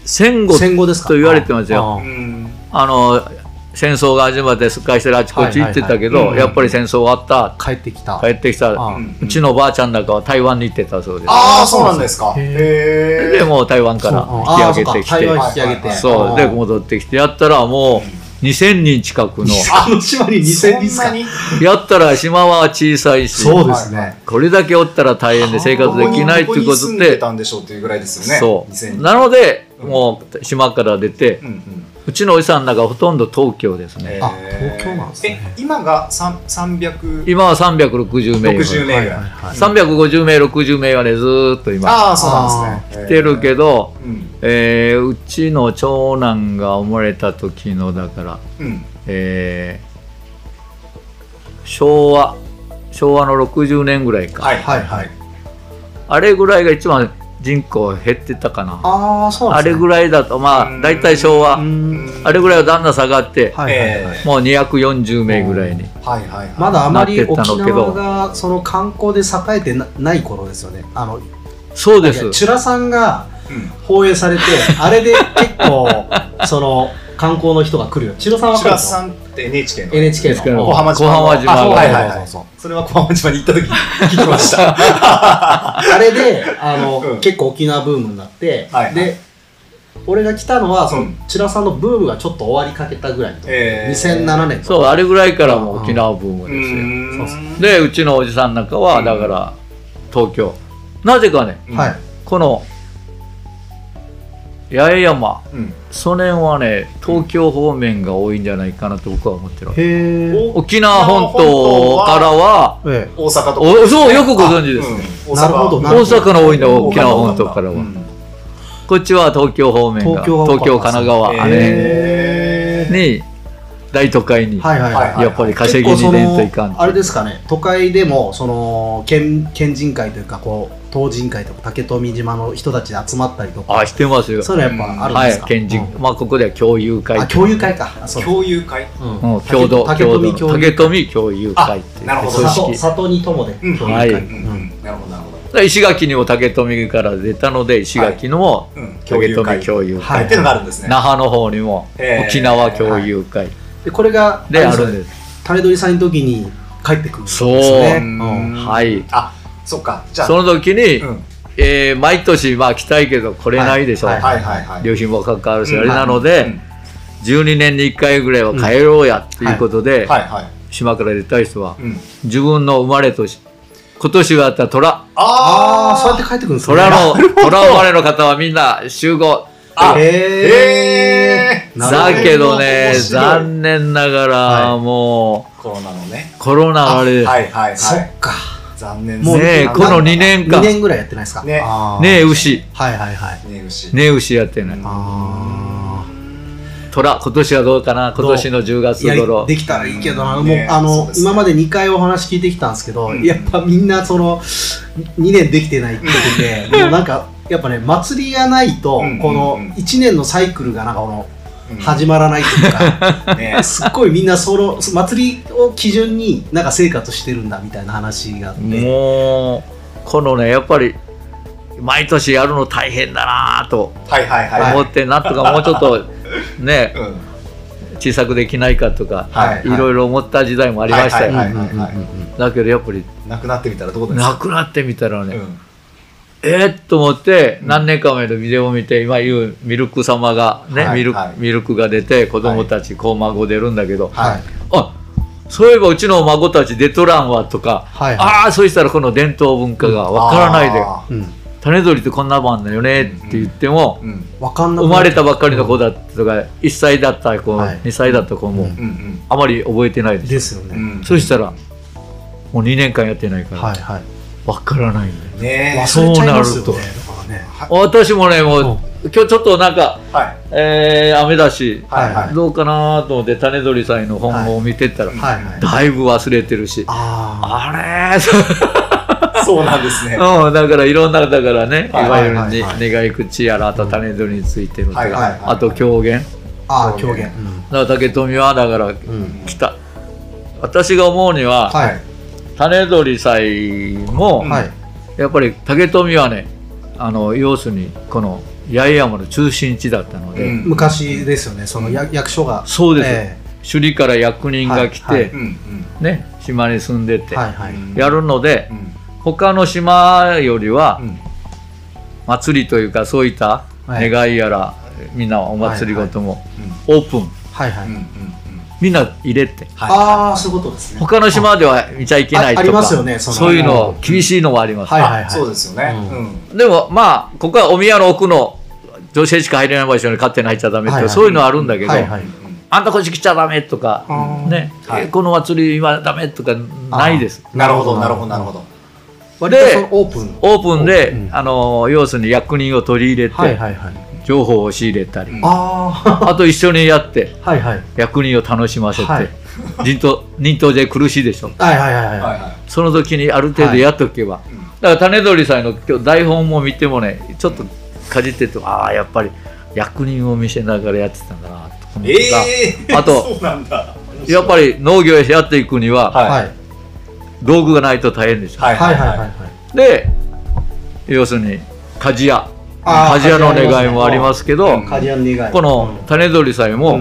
S4: 戦後
S2: 戦後ですか
S4: と言われてますよ
S2: あー
S3: ん
S4: あの、戦争が始まってすっかりしてるあちこち行ってた
S3: はいは
S4: け
S3: い
S4: ど、
S3: はいうん
S4: やっぱり戦争終わった、
S2: 帰ってきた
S4: 帰ってきた、
S2: あ
S3: ん
S4: うちのばあちゃんなんかは台湾に行ってたそうです。
S3: ああそうなんですか
S2: へ
S3: へえ
S4: でもう台湾から引き上げてき
S2: そうあーそうか台
S4: て
S2: 湾引き上げて
S4: そ
S2: あ
S4: う
S2: ー
S4: で戻ってきてやったらもう2000人近くの
S2: あの島に2000人っす
S3: そ
S2: か
S3: んなに
S4: やったら島は小さいし
S2: そうですね
S4: これだけおったら大変で生活できないっていう
S3: ど
S4: こと
S3: に住んで
S4: で
S3: たんでしょうっていうぐらいですよね。
S4: そう
S3: な
S4: なのでもう島から出て
S3: うんうん。
S4: うちのおじさんなんかほとんど東京ですね
S2: あ東京なんですね
S3: え今が三三百
S4: 今は360名
S3: 六十名ぐらい。
S4: 350名60名はねずーっと今
S3: ああそうなんですね。
S4: 来てる
S3: ど。
S4: けど
S3: うん
S4: えーうちの長男が生まれた時のだから
S3: うん
S4: えー昭和昭和の60年ぐらいか、
S3: はい
S2: はいはい
S4: あれぐらいが一番人口減ってたかなあ,、
S2: ああそうなんです
S4: れ
S2: ね
S4: ぐらいだとま
S3: う
S4: あ
S3: ん
S4: 大体昭和
S2: うん
S4: あれぐらいはだんだん下がって、
S2: はいはいはい
S3: え
S4: もう240名ぐらいに、
S3: えはいはいはい。
S2: まだあまり
S4: なってった
S2: 沖
S4: のけど
S2: 縄がその観光で栄えてなない頃ですよねあの
S4: そうで
S2: い
S4: す
S2: やチュラさんが
S3: うん
S2: 放映されてあれで結構その観光の人が来るよ千代さんは
S3: 白
S2: 来る
S3: 川さ
S2: の
S3: んって NHK の
S2: NHK の
S3: 小浜島
S4: 小浜島
S3: あそう
S4: の
S3: はいはいは
S2: そうそう
S3: い
S2: そう
S3: それは小浜島に行った時に聞きました
S2: あれで、あの、
S3: うん
S2: 結構沖縄ブームになって、
S3: はいはい
S2: で、俺が来たのは、その、
S3: うん
S2: 千田さんのブームがちょっと終わりかけたぐらいの、
S3: えー
S2: 2007年
S4: そうあれぐらいからもう沖縄ブーム
S3: う
S4: ですよ、
S3: ー
S2: そ
S3: ん
S4: でうちのおじさんなんかはだから東京なぜかね
S3: うん
S2: はい。
S4: この八重山
S3: うん
S4: その辺はね東京方面が多いんじゃないかなと僕は思ってるわけ
S2: へー。
S4: 沖縄本島からは
S2: え
S3: 大阪と
S4: おそうよくご存知ですね
S3: す
S2: なるほどな
S4: 大
S2: るほど
S4: 阪の多いんだ沖縄本島からは、
S3: は
S4: こっちは東京方面が
S2: 東京が多かった
S4: 東京神奈川、あれ
S3: えー
S4: に大都会
S2: え
S4: に、
S2: はいはいはい。
S3: はい
S4: やっぱり稼ぎに
S2: 結構そ
S4: 出ん
S2: の
S4: といかん
S2: あれですかね、都会でも、その、県、県人会というか、こう、島人会とか、竹富島の人たちで集まったりとか、
S4: あしてますよ
S2: そういうのやっぱあるん
S4: は
S2: です
S4: い
S2: か、
S4: 県人、
S2: うん
S4: まあここでは共有会
S2: あ、共有会か。あそう
S3: 共有会
S2: うん
S4: うん共同
S2: 竹
S4: 共
S2: 富
S4: 同
S2: 共有
S4: 竹富共有会っていう
S3: あなるほど
S4: 組
S2: 里
S4: 織
S2: 里に友で共有会。
S4: はい
S3: うんうんなるほどなるほど
S4: だから石垣にも竹富から出たので石垣のも
S3: うん共
S4: 竹
S3: 有
S4: 富
S3: 会
S4: 共有
S2: は
S4: 会、
S3: はいっていうのがあるんですね
S4: 那覇の方にも
S3: えー
S4: 沖縄共有会
S2: でこれが
S4: であ
S2: れ
S4: る
S2: す
S4: ん
S2: ね
S4: です、
S2: タレドリさんの時に帰ってくるんです
S4: そう
S2: ね。
S3: うん
S4: はい
S3: あそっかじゃあ
S4: その時に、
S3: うん
S4: えー毎年まあ来たいけど来れないでしょ、
S2: はい
S3: はいはいはい
S4: 旅費もかかるし、
S3: うん
S4: あれなので、12年に1回ぐらいは帰ろうやっていうことで、
S3: うんはいはい
S4: 島から出たい人は
S3: うん
S4: 自分の生まれ年今年はあった虎
S2: ああ、
S3: あ
S2: そうやって帰ってくるんですね。
S4: 虎の虎生まれの方はみんな集合
S3: あー
S2: へえ
S3: えー
S2: なるほど
S4: だけどね
S3: 面白い
S4: 残念ながら
S3: は
S4: も
S3: コロナのね
S4: うコロナあれ
S3: はいはいはい
S2: そっか。
S3: 残念
S4: ねえこの2年
S2: 2
S4: 間ね
S2: 年ぐらいやってないですか。
S3: ね
S2: あー
S4: え牛
S2: はいはいはい。
S3: ね牛
S4: ねえ牛やってない
S2: あ
S4: 虎今年はどうかな今年の10
S2: ー
S4: 月
S2: いや
S4: 頃
S2: できたらいいけどな、もう、
S3: ねそ
S2: あ
S3: う
S2: の、
S3: ですね
S2: 今まで2回お話聞いてきたんですけど、
S3: うん
S2: やっぱみんなその2年できてないって言ってもうなんかやっぱね祭りがないと、
S3: うん
S2: この
S3: うん
S2: 1年のサイクルがなんかこの
S3: うん
S2: 始まらないという か、
S3: ね
S2: すっごいみんなその祭りを基準になんか生活してるんだみたいな話があって、
S4: もうこのねやっぱり毎年やるの大変だなぁと
S3: はいはいはい
S4: 思って、なん とかもうちょっとね
S3: うん
S4: 小さくできないかとか、
S3: はい
S4: いろいろ思った時代もありましたよ、
S3: はいはいはいはい
S4: だけどやっぱり
S3: なくなってみたらどうですか
S4: なくなってみたらね、
S3: うん
S4: えーっと思って
S3: うん
S4: 何年か前のビデオを見て今言うミルク様がね、
S3: はい
S4: ミルク
S3: はい
S4: ミルクが出て子供たち、こう孫出るんだけど、
S3: はい
S4: あそういえばうちの孫たち出とらんわとか、
S2: はいはい
S4: ああそうしたらこの伝統文化がわからないで
S3: あ
S2: うん、
S4: 種取りってこんなもんだよねって言っても
S3: ー、うん
S2: わかんなく
S4: 生
S2: なっち
S4: ま
S2: ゃ
S4: れ
S2: う
S4: たばっかりの子だとか1歳だった子、
S2: はい
S4: 2歳だった子も、
S2: う
S3: う
S2: ん
S3: ん
S4: あまり覚えてないです
S2: ですよ
S3: う
S2: ね、
S3: んうん
S4: そしたら、もう2年間やってないから、
S2: は
S4: わ
S2: いはい
S4: からないんだよ。
S3: ねえ
S2: 忘れちゃいますよ
S4: そう
S2: ね
S4: な
S2: だ
S4: る
S2: からね
S4: 私もね、もう、今日ちょっとなんか、
S3: はい
S4: えー雨だし、
S3: はいはい
S4: どうかなと思って、種取りさんの本を見てったら、
S2: はいはい
S4: だいぶ忘れてるし、
S2: あ
S4: あれ ー
S3: そうなんですね。
S4: うん、だからいろんな、だからね、い
S3: はい
S4: わゆる
S2: はいはいはい
S4: に願い口やら、あと種取りについてのとか、
S3: はいはいはい
S4: あと狂言。
S2: ーあー
S3: 狂
S2: 狂
S3: 言
S2: 言
S4: だから竹富は、だから、
S2: うん、うん
S4: 来た。私が思うには、
S2: はい
S4: 種取り祭も、
S3: うん
S2: はい
S4: やっぱり竹富はねあの要するにこの八重山の中心地だったので、
S3: うん
S2: 昔ですよねその役役所が
S4: そうです、
S2: え
S4: 首里から役人が来て、
S2: はいはい
S3: うんうん
S4: ね島に住んで
S2: え
S4: て、
S2: はいはい、
S4: やるので、
S3: うん
S4: 他の島よりは
S3: うん
S4: 祭りというかそういった
S2: はい
S4: 願いやら、みんなお祭りごともオープン、
S2: はいはい、
S3: うんうんうん
S4: みんな入れて
S3: は
S2: ああそういうことですね
S4: 他の島では見ちゃいけない
S2: あ
S4: と
S2: あり
S4: か
S2: ますよねその
S4: そういうの厳しいのはあります、
S2: はい
S3: い
S2: はいはい
S3: あそうですよね。
S2: う
S3: うん
S4: でもまあここはお宮の奥の女性しか入れない場所に勝手に入っちゃダメって、
S2: はいはい
S4: そういうのはあるんだけど、
S2: はいはい
S4: あんたこっち来ちゃダメとか、
S2: あー
S4: ね、
S3: はい
S4: えこの祭りはダメとかないです。
S3: うんなるほどなるほどなるほど。
S2: 割とそのオープン
S4: オープンで、
S2: うん
S4: あの要するに役人を取り入れて、
S2: はいはいはい
S4: 情報を仕入れたり、
S3: うん
S2: あ
S4: あと一緒にやって
S2: あはいはい
S4: 役人を楽しませて、
S2: はい
S4: 人頭人頭で苦しいでしょ
S2: はいはいはいは
S3: はいいは
S4: その時にある程度やっとけば、
S3: い。うん
S4: だから種取りさんの今日台本も見てもねちょっとかじっててああやっぱり役人を見せながらやってたんだなと思ってた、
S3: ええ。
S4: あと
S3: そうなんだ。
S4: やっぱり農業やっていくには、
S3: はい
S2: はい
S4: 道具がないと大変でしょ、
S3: はい
S2: はいはいはいはい
S4: で要するに鍛冶屋
S2: あー
S4: 鍛冶屋の願いもありますけど、
S2: カジアン願い
S4: この種鳥さえも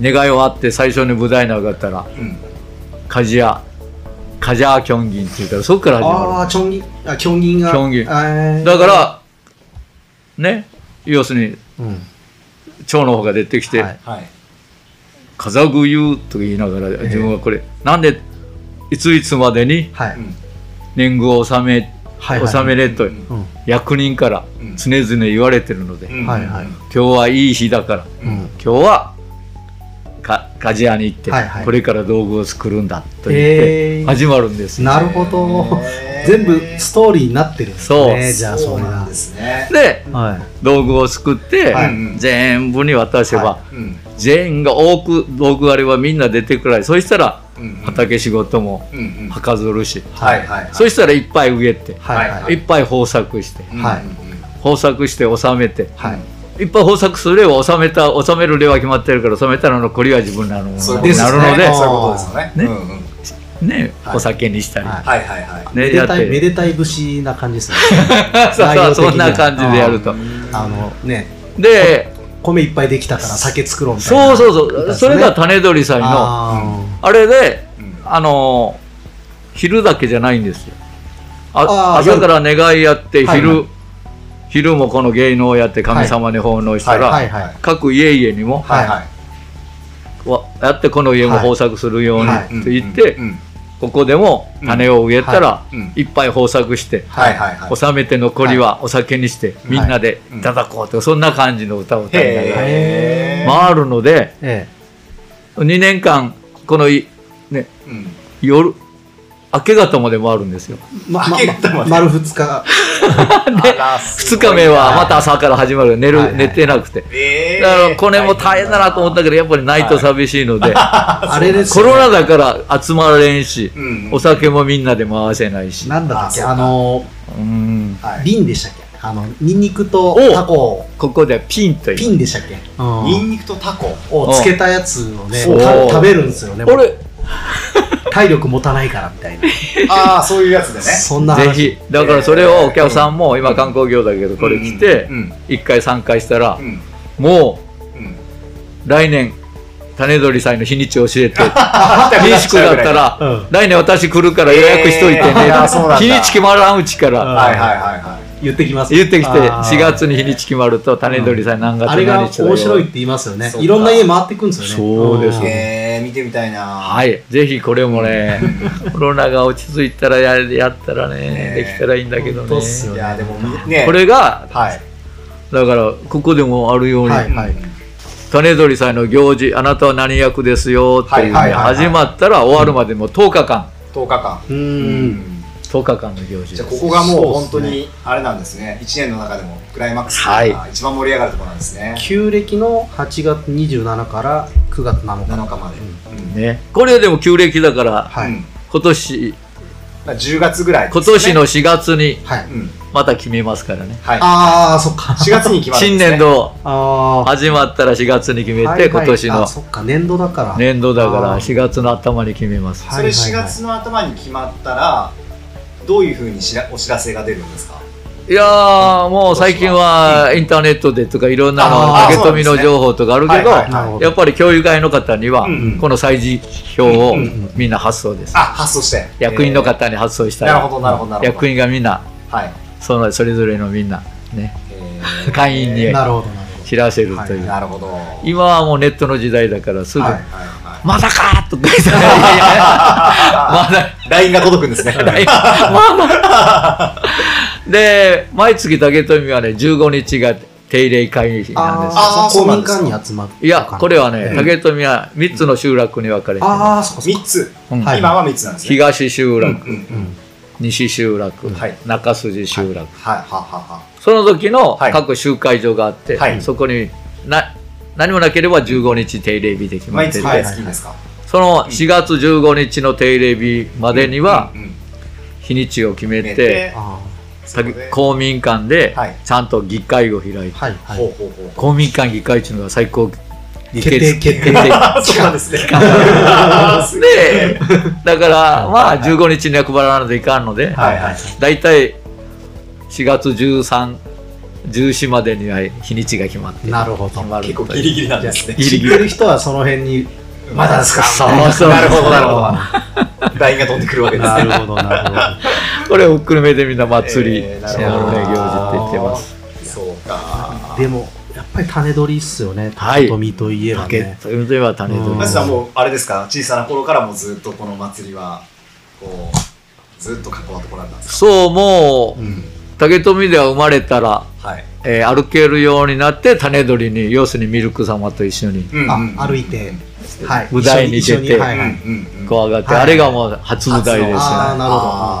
S4: 願いはあって最初に舞台に上がったら
S3: うん
S4: 鍛冶屋鍛冶屋キョンギンっていうからそこから始ま
S2: ああチョンギあキョンギンが
S4: キョンギン
S2: ン
S4: るだからね要するに蝶の方が出てきて
S2: はい
S4: 「
S3: はい
S4: 風ぐゆ」と言いながら自分はこれなんでいついつまでに
S2: はい
S3: うん
S4: 年貢を納め
S2: はい
S4: 納めれと
S3: うん
S2: うん
S4: 役人から
S3: うん
S4: 常々言われてるので
S3: うん
S2: はいはい
S4: 今日はいい日だから
S2: うん
S4: 今日はか鍛冶屋に行って、
S2: はいはい
S4: これから道具を作るんだと言っ
S2: へ
S4: て
S2: ー
S4: 始まるんです、
S2: なるほど
S3: へー
S2: 全部ストーリーになってるんです
S4: そう
S2: ねじゃあ
S3: そ
S2: そうれ
S3: なん
S2: が
S3: ですね
S4: で
S2: はい
S4: 道具を作って、
S2: はい
S4: 全部に渡せば、
S2: は
S3: うん
S4: 全員が多く道具あればみんな出てくらいそしたら
S3: うん
S4: 畑仕事も
S3: うんうん
S4: はかずるし、
S3: はいはい
S4: そしたらいっぱい植えて、
S2: はいはい
S4: い、っぱい豊作して
S3: うん
S2: はい
S3: うん
S4: 豊作して納めて
S2: はい
S4: いっぱい豊作すれば納めた納める例は決まってるから納めたのの残りは自分らのも
S3: そういうこと
S4: のに
S3: です
S4: な
S3: ね
S4: るので
S3: そういうことですよね
S4: ね
S3: うんうん
S4: ね
S3: はい
S4: お酒にしたり、
S2: は
S3: はいはいはい
S4: ね
S2: め
S4: や
S2: で
S4: ったて
S2: いめでたい節な感じですね
S4: そう
S2: 内容的に
S4: そう
S2: は
S4: そんな感じでやると。
S2: あのね
S4: で、
S2: 米いっぱいできたから酒作ろうみたい
S4: そ
S2: な
S4: うそうそう、それが種鳥祭の、あ
S2: あー
S4: れで、
S3: うん
S4: あのー昼だけじゃないんですよ。
S2: あ
S4: あ
S2: ー
S4: 朝から願いやって、
S2: はい
S4: 昼、
S2: は
S4: 昼もこの芸能をやって神様に奉納したら、
S2: はいはい
S4: 各家々にも、
S3: はいはい
S4: わやってこの家も豊作するように
S2: はい
S3: うん
S4: と言って、
S3: うん
S4: ここでも種を植えたら、
S3: うん
S4: いっぱい豊作して、
S3: はいはいはい
S4: 納めて残りはお酒にして、みんなで
S3: うん
S4: いただこうと、そんな感じの歌を歌いながら
S3: へー
S4: 回るので、
S2: え
S4: 2年間このい、ね、
S3: うん
S4: 夜明け方まで回るんですよ
S2: えま
S3: 明
S2: ま
S3: け方まで
S2: 丸2日
S4: 2日目はまた朝から始まる寝る、
S2: はいはい
S4: 寝てなくて
S3: え
S4: だ
S3: ー
S4: からこれも大変だなと思ったけどやっぱりないと寂しいので、
S2: あれです
S4: コ
S2: よね
S4: ロナだから集まれんし、
S3: うん
S4: お酒もみんなで回せないし
S2: なんだったっけ
S3: あ
S2: あの
S4: うん
S3: はい
S2: 瓶でしたっけあのニンニクと
S4: お
S2: タコを
S4: ここでピンと
S2: ピ
S4: 言う
S2: ンでしたっけ、
S3: ニ
S2: うん
S3: ンニクとタコ
S2: をつけたやつをね
S4: そう
S2: た食べるんですよね
S4: 俺ぜ
S2: 体力持たないからみたいな
S3: ああそういうやつでね
S2: そんな話
S4: ひだからそれをお客さんも今観光業だけどこれ来て
S3: うん
S4: 1回3回したら
S3: うん
S4: も
S3: うん
S4: う来年種取り祭の日にちを教えて民宿だったら、
S2: うん
S4: 来年私来るから予約しといてね、
S3: えーあーそうなんだ
S4: 日にち決まらんうちから
S3: はいはいはいはい
S2: 言ってきます
S4: 言ってきて
S2: あー
S4: 4月に日にち決まると種取り祭何月
S2: あ
S4: 何
S2: れ
S4: 日
S2: が
S4: だよ
S2: 面白いって言いますよね
S3: そうか
S2: いろんな家回ってくんですよね
S4: そうです
S2: ん
S3: えー、見てみたいな。は。
S4: はいいぜひこれも ねコロナが落ち着いたらややったらね
S3: ね
S4: できたらいいんだけど
S2: 本
S4: ね
S2: 当っすよ
S3: いや、でも、ね。
S4: こ。れが
S3: はい。
S4: だからここでもあるように、
S2: はい
S3: はい。
S4: 種取り祭の行事あなたは何役ですよっていうの
S3: はい
S4: が
S3: はいはいはい
S4: 始まったら終わるまでも10日間
S3: 10日間。
S2: う。
S3: うん
S4: 10日間の行事
S3: じ
S4: で
S3: ゃあ、
S4: す
S3: ここがもう
S2: そうっ
S3: 本
S2: すね
S3: 当に、あれなんですね。1年の中でもクライマックスが
S4: は
S3: 一番盛り上がるところなんですね。
S2: 旧暦の8月27から9月7日
S3: 7日まで。うん
S4: ねこれでも旧暦だから
S2: はい
S3: うん
S4: 今年
S3: まあ、10月ぐらい、
S4: 今年。の4月に
S2: はい、
S3: うん。
S4: また決めますからね。
S3: はい。
S2: ああそっか
S3: 4月に決まるん
S4: 新
S3: です、ね。
S4: 年。度
S2: あー
S4: 始まったら4月に決
S2: は
S4: め
S2: いは
S4: て、
S2: い
S4: 今年の
S2: あそっか年度だから、
S4: 年度だから
S2: あー
S4: 4月の頭に決めます。
S3: それ4月の頭に決まったら、どういうふうにしらお知らせが出るんですか
S4: いやー、もう最近はインターネットでとかいろんなの
S2: あー
S4: 受け止めの情報とかあるけ
S3: はいはい
S4: ど、
S2: なるほど
S4: やっぱり教諭会の方には
S3: うんうん、
S4: この祭事表を
S3: うんうん
S2: うん
S4: みんな発送です
S3: あ、。発送して。
S4: 役員の
S3: え
S4: 方に発送し
S3: ー。
S4: た
S3: なるほ
S4: ら、
S3: ど、なるほど、なるほ
S4: 役
S3: ど。
S4: 員がみんな、
S3: はい。
S4: そのそれぞれのみんな、ね、
S3: え
S4: 会員に
S2: なるほどなるほ
S4: 知らせるとい
S3: ー、
S4: う。
S3: なるほど。
S4: 今はもうネットの時代だからすぐ
S3: はいはいは
S4: まさかとか 言ってたらいやいやまだ、
S3: い。LINE が届くん ですね。
S4: まだ。で、毎月竹富はね、15日が定例会議
S2: ど
S4: なんですよ。
S3: あー
S2: そ
S3: そう
S2: 公
S3: なんです
S2: 民
S3: か
S2: 館に集まる
S4: いや、これはね
S2: え、え
S4: 竹富は3つの集落に分かれてる、
S2: ああそっかそっ
S3: 3
S2: か
S3: つ。
S4: うん
S2: はい
S3: 今は3つなんですね。
S4: 東集落、
S3: うんうん
S2: うん
S4: 西集落、
S3: はい
S4: 中筋集落、
S3: はい、ははは
S4: その時の
S3: はい
S4: 各集会所があって、
S3: はい
S4: そこにな何もなければ15日定例日で決まっ
S3: 毎
S4: て
S3: 月
S4: る、
S2: はい
S3: 大好きですか。
S4: その4月15日の定例日までには
S3: うんうん
S4: 日にちを決め
S3: 入れ
S4: て、
S3: て、
S2: あ
S3: そこで
S4: 公民館で
S3: はい
S4: ちゃんと議会を開いて、
S2: あはいはい
S3: ほうほうほう。
S4: 公民館議会中が最高
S2: 決定決定
S3: あ そうなん ですね。すげえ
S4: でだからまあ15日には配らないといかんので
S3: はいはい。
S4: 大体4月13 10時までには日にちが決まって
S2: なるほど
S4: 決まる
S3: 結構ギリギリなん
S2: じゃ
S3: で
S2: あ
S3: すね。
S4: ギ
S2: 知
S4: リ
S2: っ
S4: ギリ
S2: てる人はその辺 にまだですか
S4: そうそう
S3: なるほど、なるほど。ラインが飛んでくるわけです
S2: な
S3: ね。
S2: るほどなるほど
S4: これを含めてみんな祭り、
S3: えーな
S4: シ
S3: る
S4: ェア
S3: ほ
S4: の
S3: ど
S4: ね行事って言ってます。
S3: そうか。
S2: でもやっぱり種取りっすよね
S4: はい
S2: 竹富といえば
S4: 竹
S2: ね
S4: というのは種取り
S2: うん
S3: まずはもう、あれですか、小さな頃からもずっとこの祭りは、こう、ずっと関わってこられたんです
S4: そうも
S2: うん
S4: う竹富では生まれたら、
S3: かはい。
S4: えー歩けるようになって種取りに要するにミルク様と一緒に
S2: あ歩いてはい
S4: 舞台に
S2: 一緒
S4: 出て
S2: 一緒はいはい
S3: こ
S4: 怖がって、
S2: はい
S4: あれがもう初舞台ですよね。
S2: あーなるほど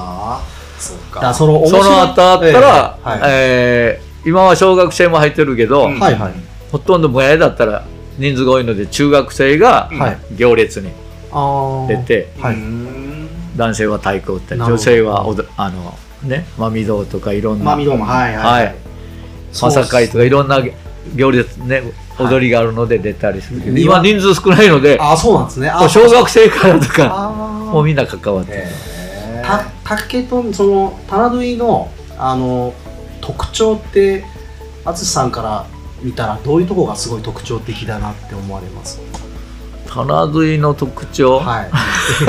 S3: そう
S2: だから
S3: か。
S2: その面
S4: そ
S2: 白い
S4: の後あったら、
S2: ええはい
S4: えー今は小学生も入ってるけど、
S3: うん
S2: はいはい
S4: ほとんど親だったら人数が多いので中学生が
S3: うん
S2: はい
S4: 行列に
S2: あ
S4: 出
S2: ー
S4: て、
S2: はいう
S3: ーん
S4: 男性は太鼓を打ったり
S2: なるほど
S4: 女性はおどあのね真道とかいろんな
S2: マミドームはい
S4: は
S2: はいいそうっす
S4: 朝会とかいろんな行列ね踊りがあるので出たりするけど、
S2: はい
S4: 今人数少ないので
S2: あーそうなんですねあ
S4: もう小学生からとか
S2: あー
S4: もうみんな関わって
S3: へー
S2: た竹とその棚縫いのあの特徴って淳さんから見たらどういうとこがすごい特徴的だなって思われます
S4: 棚縫いの特徴、
S2: はい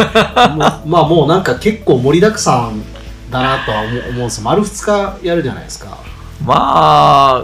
S2: もうまあもうなんか結構盛りだくさんだなとは思思うんですよ丸2日やるじゃないですか
S4: まあ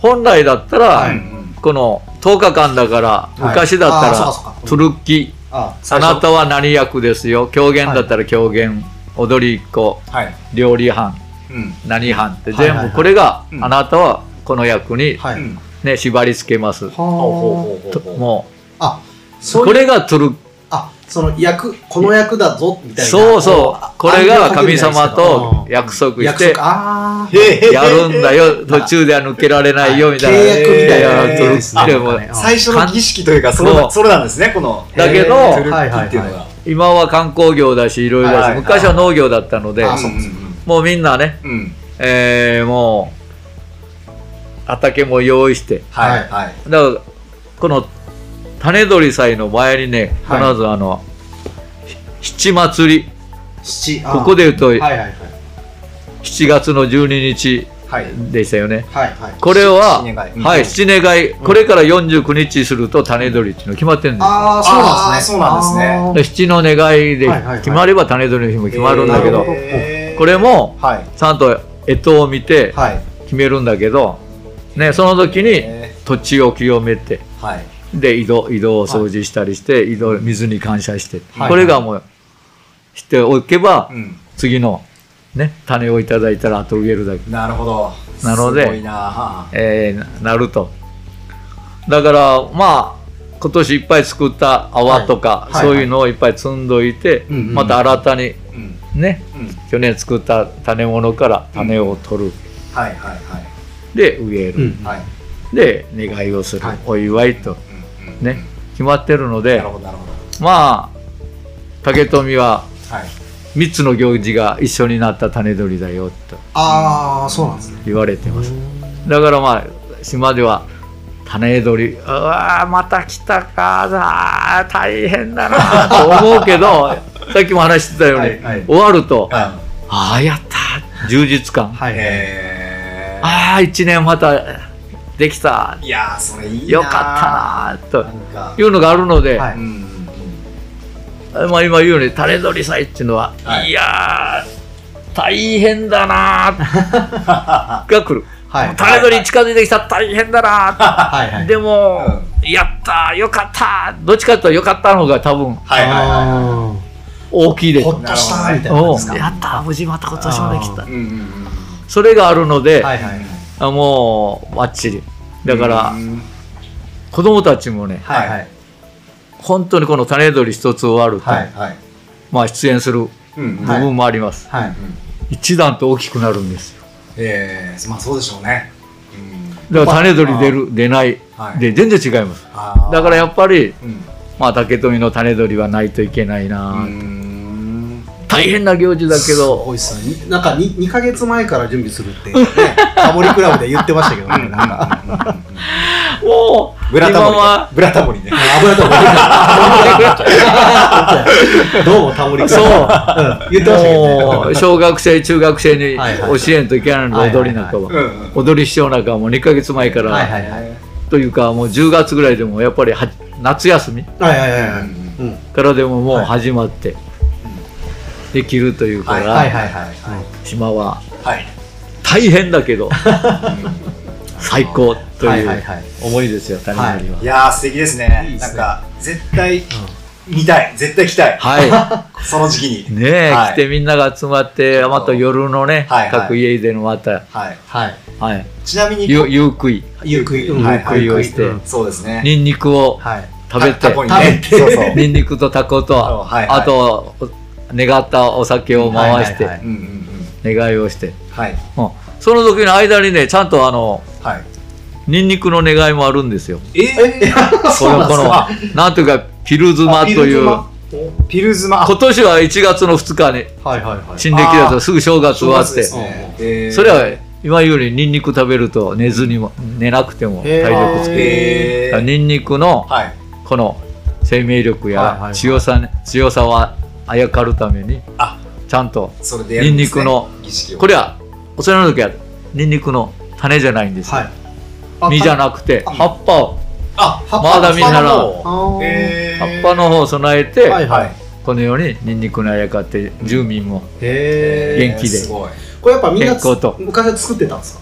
S4: 本来だったら、
S2: は
S3: うん
S4: この10日間だから
S2: い
S4: 昔だった
S2: あー
S4: ら
S2: そうか
S4: 「
S2: そ
S4: ト
S2: うか
S4: ゥルキ
S2: あ
S4: あなたは何役ですよ」狂言だったら狂言、踊りっ子
S3: はい。
S4: 料理班
S3: うん
S4: 何班って
S2: はいはいはい
S4: 全部これが
S3: うん
S4: あなたはこの役に
S2: はい、
S3: うん
S4: ね縛り付けます
S2: はあ
S3: ほうほうほう
S4: と
S3: ほう
S4: も
S2: あ
S4: う
S2: そう
S4: こ
S2: いう
S4: れがトゥル
S2: あその役この役だぞみたいな
S4: そうそうこれが神様と
S2: うん
S4: 約束し
S2: 約
S4: て
S2: 束あー
S3: へー
S4: やるんだよ途中では抜けられないよみたいな
S2: 契約みたいな
S4: えー
S2: 感じですね
S4: あで
S2: な
S4: も
S2: んかね
S3: 最初の儀式というか、そ
S4: そう
S3: れそれなんですね、この。
S4: だけど
S3: トゥ
S2: へ
S3: ル
S2: ー
S3: ッキっていうのが。
S4: 今は観光業だしいろいろ
S3: はい
S4: だ
S3: は
S4: し
S3: いはい
S4: 昔は農業だったので
S2: あそう
S3: うん
S4: もうみんなね
S3: うんうん。
S4: えー、もう畑も用意して
S3: はいはい。
S4: だからこの種取り祭の前にね必
S2: はい
S4: ずあの、ひ七祭り
S2: 七
S4: ここ
S2: で
S4: で言うと
S2: はいはいはい
S4: 7月の12日
S3: はい。
S4: でしたよね
S2: はいはい
S4: これは
S3: 七願いうん
S4: はい七願いこれから49日すると種取りっていうの決まってるんですよ
S2: ああそうなんですね
S3: あーそうなん
S4: で七の願いで
S2: はいはいはい
S4: 決まれば種取りの日も決まるんだけど、
S2: え
S3: へー
S4: これ。も
S3: はい。
S4: ちゃんと干支を見て
S2: はい
S4: 決めるんだけど、ね、その時に
S3: え
S4: 土地を清めて
S3: ーはい。
S4: で井戸井戸を掃除したりして、井戸水に感謝して、
S2: はい
S4: これがもうしておけば、
S3: うん。
S4: 次の、ね、種をいただいたら後植えるだけ、
S3: なるほど。
S4: なのです
S3: ごいなは
S4: えーなるとだからまあ今年いっぱい作った泡とか、
S2: はいはい
S4: そういうのをいっぱい積んどいて、
S2: うんうん
S4: また新たに
S3: あうん。
S4: ね
S3: うん。
S4: 去年作った種物から種を取る、
S3: はいはいはい。
S4: で植え
S2: う
S4: る、
S2: ん
S3: はい。
S4: で願いをする、
S2: はい
S4: お祝いと
S3: うんうん
S4: ね決まってるので
S3: なるほどなるほど。
S4: まあ竹富は
S3: はい。
S4: 3つの行事が一緒になった種取りだよと
S2: ああそうなんですね
S4: 言われてますだからまあ島では種取りうわーまた来たかあー大変だなと思うけ どさっきも話してたよう
S2: は
S4: に、
S2: いはい
S4: 終わると
S3: は。
S4: ああやった充実感
S2: はいい
S3: えー
S4: ああ1年またできた
S3: いやーそれいいな。
S4: よかったな
S3: な
S4: ー
S3: んか
S4: と。いうのがあるので、
S2: はい
S3: うんうんうん。
S4: まあ、今言うように種取り祭っていうのは、
S3: はい
S4: い、やー大変だなー が来る
S2: はい
S4: 種取り近づいてきた大変だな
S2: はいは
S4: ー
S2: い
S4: でも、やったーよかったーどっちかというとよかったの方が多分
S3: はいはいはい。
S2: あ
S4: 大きいで
S2: ー
S4: す
S2: ほっとしたみたいな感じです
S4: う
S2: か
S4: んやったー無事また今年もできた
S3: うんうんうん。
S4: それがあるので、
S2: はいはい
S4: あもうバッチリだから、
S3: うん
S4: 子供たちもね
S2: はいはい
S4: 本当にこの種取り一つ終わると、
S2: はい
S3: はい。
S4: まあ出演する
S3: うんうん。
S4: 部分もあります、
S2: はい
S4: 一段と大きくなるんですよ
S3: ええまあそうでしょうね。うん。
S4: だから種取り出る出ない、
S3: はい
S4: で全然違います
S3: あー
S4: だからやっぱり、
S3: うん。
S4: まあ、竹富の種取りはないといけないな、
S3: うーん。
S4: 大変な行事だ け
S2: す
S4: ど
S2: ごいっすねなんか 2, 2ヶ月前から準備するって、ね、 タモリクラブで言ってましたけどねなんか
S4: もう
S3: ブラタ
S4: 今
S3: モリね
S4: は。
S3: ブラタモリね。
S2: 油と かどうもタモリク
S4: そ
S2: ラブう
S4: う
S2: ん言ってましたけどね
S4: もう 小学生中学生に
S2: はいはい
S4: 教えんといけないので踊りなんか
S3: う
S4: は
S3: んうん。
S4: 踊り師匠なんかはもう2ヶ月前か
S2: はいは
S4: ら
S2: いはい
S4: というかもう10月ぐらいでもやっぱりは夏休み
S2: はいはいはいはいうん
S4: からでももう始まってできるというか
S2: はい
S4: ら
S2: はいはいはい
S4: 島は
S3: はい。
S4: 大変だけ ど最高と
S2: はいいうはいはい
S4: 思いですよ谷成はい
S3: やー素敵ですね
S2: いいっす
S3: な
S2: ね
S3: んか絶対見たい絶対来たい
S4: は
S3: その時期
S4: い
S3: に
S4: ねえ
S3: はい
S4: 来てみんなが集まってまた夜のね
S3: はいはい
S4: 各家でのまた
S3: はい
S2: はい
S4: はい
S3: ちなみに
S4: ゆゆうくい
S2: ゆっくり
S3: はいはい
S4: ゆっくりをして
S2: うん
S3: そうですね
S4: にんにくを
S2: はい
S4: 食べ
S3: た
S4: て
S3: タコにね
S2: 食べて
S3: そうそう
S4: にんにくとタコと、
S3: そうはいはい
S4: あと願ったお酒を回して、
S2: はいはい
S3: うんうんうん
S4: 願いをして、
S3: はい
S4: うんその時の間にねちゃんとあの
S3: はい
S4: ニンニクの願いもあるんですよ。
S3: え ー
S4: このこのなんというかピルズマという
S3: あピルズマ
S4: 今年は1月の2日に
S2: はいはいはい
S4: 新暦だとすぐ正月終わっ
S3: 正月
S4: て、
S3: ですねえー
S4: それは今言うようにニンニク食べると寝ずにも寝なくても体力つく、
S3: えー
S4: ニンニクの
S3: はい
S4: この生命力
S2: はいはい
S4: や
S2: はい
S4: 強さ,、強さをあやかるために
S3: あ
S4: ちゃんと
S3: それでやるんですね
S4: ニンニクの
S3: 儀式を
S4: これはお世話の時はニンニクの種じゃないんですよ、
S2: はいあ
S4: 実じゃなくて
S2: あ
S4: 葉っぱを
S3: あ
S2: 葉っ
S4: まだみんな
S3: 葉っぱ
S4: の
S3: の
S2: あ
S3: 方
S2: ー
S3: えー
S4: 葉っぱの方を備えて、
S2: はい
S3: はい
S4: このようにニンニクのあやかって住民も、
S2: へえ
S4: 元気です
S3: ごい
S2: これやっぱみんなつ
S4: 健康と
S2: 昔は作ってたんですか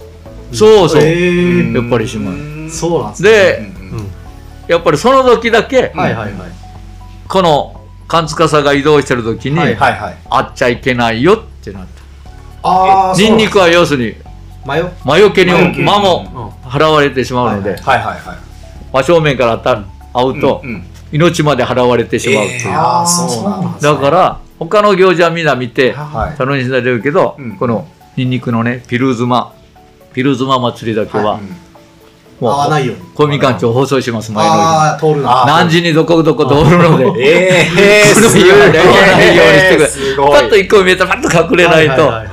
S4: そうそう、
S2: へ
S3: う
S2: え
S3: ん
S4: やっぱりしまう
S2: そうなんですね
S4: で、
S3: うん
S2: うん
S4: やっぱりその時だけ、
S2: はいはいはい
S4: この勘司さんが移動してる時に、
S2: は
S3: はいはい
S4: あっちゃいけないよってなった
S2: あ
S4: ニンニ
S2: ク
S4: クは要するに
S2: マヨ
S4: 魔除けに
S3: 魔除け
S4: 魔も
S2: うん
S4: 払われてしまうの
S2: は
S4: で、
S2: い
S3: はいはいはい
S4: 真正面から当た会うと、
S3: うんうん
S4: 命まで払われてしまうという、
S3: えーあーそうなんですね
S4: だから他の行事はみんな見て
S3: はい
S4: 楽しんでるけど、
S3: うん
S4: このニンニクのねピルズマピルズマ祭りだけは、
S3: うん
S2: 合わ
S4: も
S2: ないように
S4: う公民館長放送します前の日
S2: ああー通るな
S3: あー
S4: 何時にどこどこ通る ので
S3: ええー、
S4: この
S3: すごい
S4: ようにねようにしてくれ
S3: す
S4: パ
S3: ご
S4: ッと
S3: い。
S4: 一個見えたらパッと隠れない
S2: は
S4: と
S2: いはいはい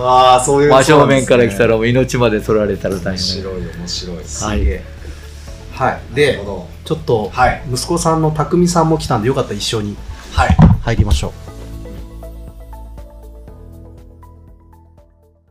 S3: わあ、そういう、
S4: 真正面から来た
S3: ら。
S4: らもう命まで取られたら大
S3: 面
S4: 変だ
S3: 白い、面白い。す
S4: はい
S3: げえ
S2: はい
S3: なる
S2: で
S3: ほど
S2: ちょっと
S3: はい。
S2: 息子さんの匠さんも来たんでよかったら一緒に
S3: はい。
S2: 入りましょう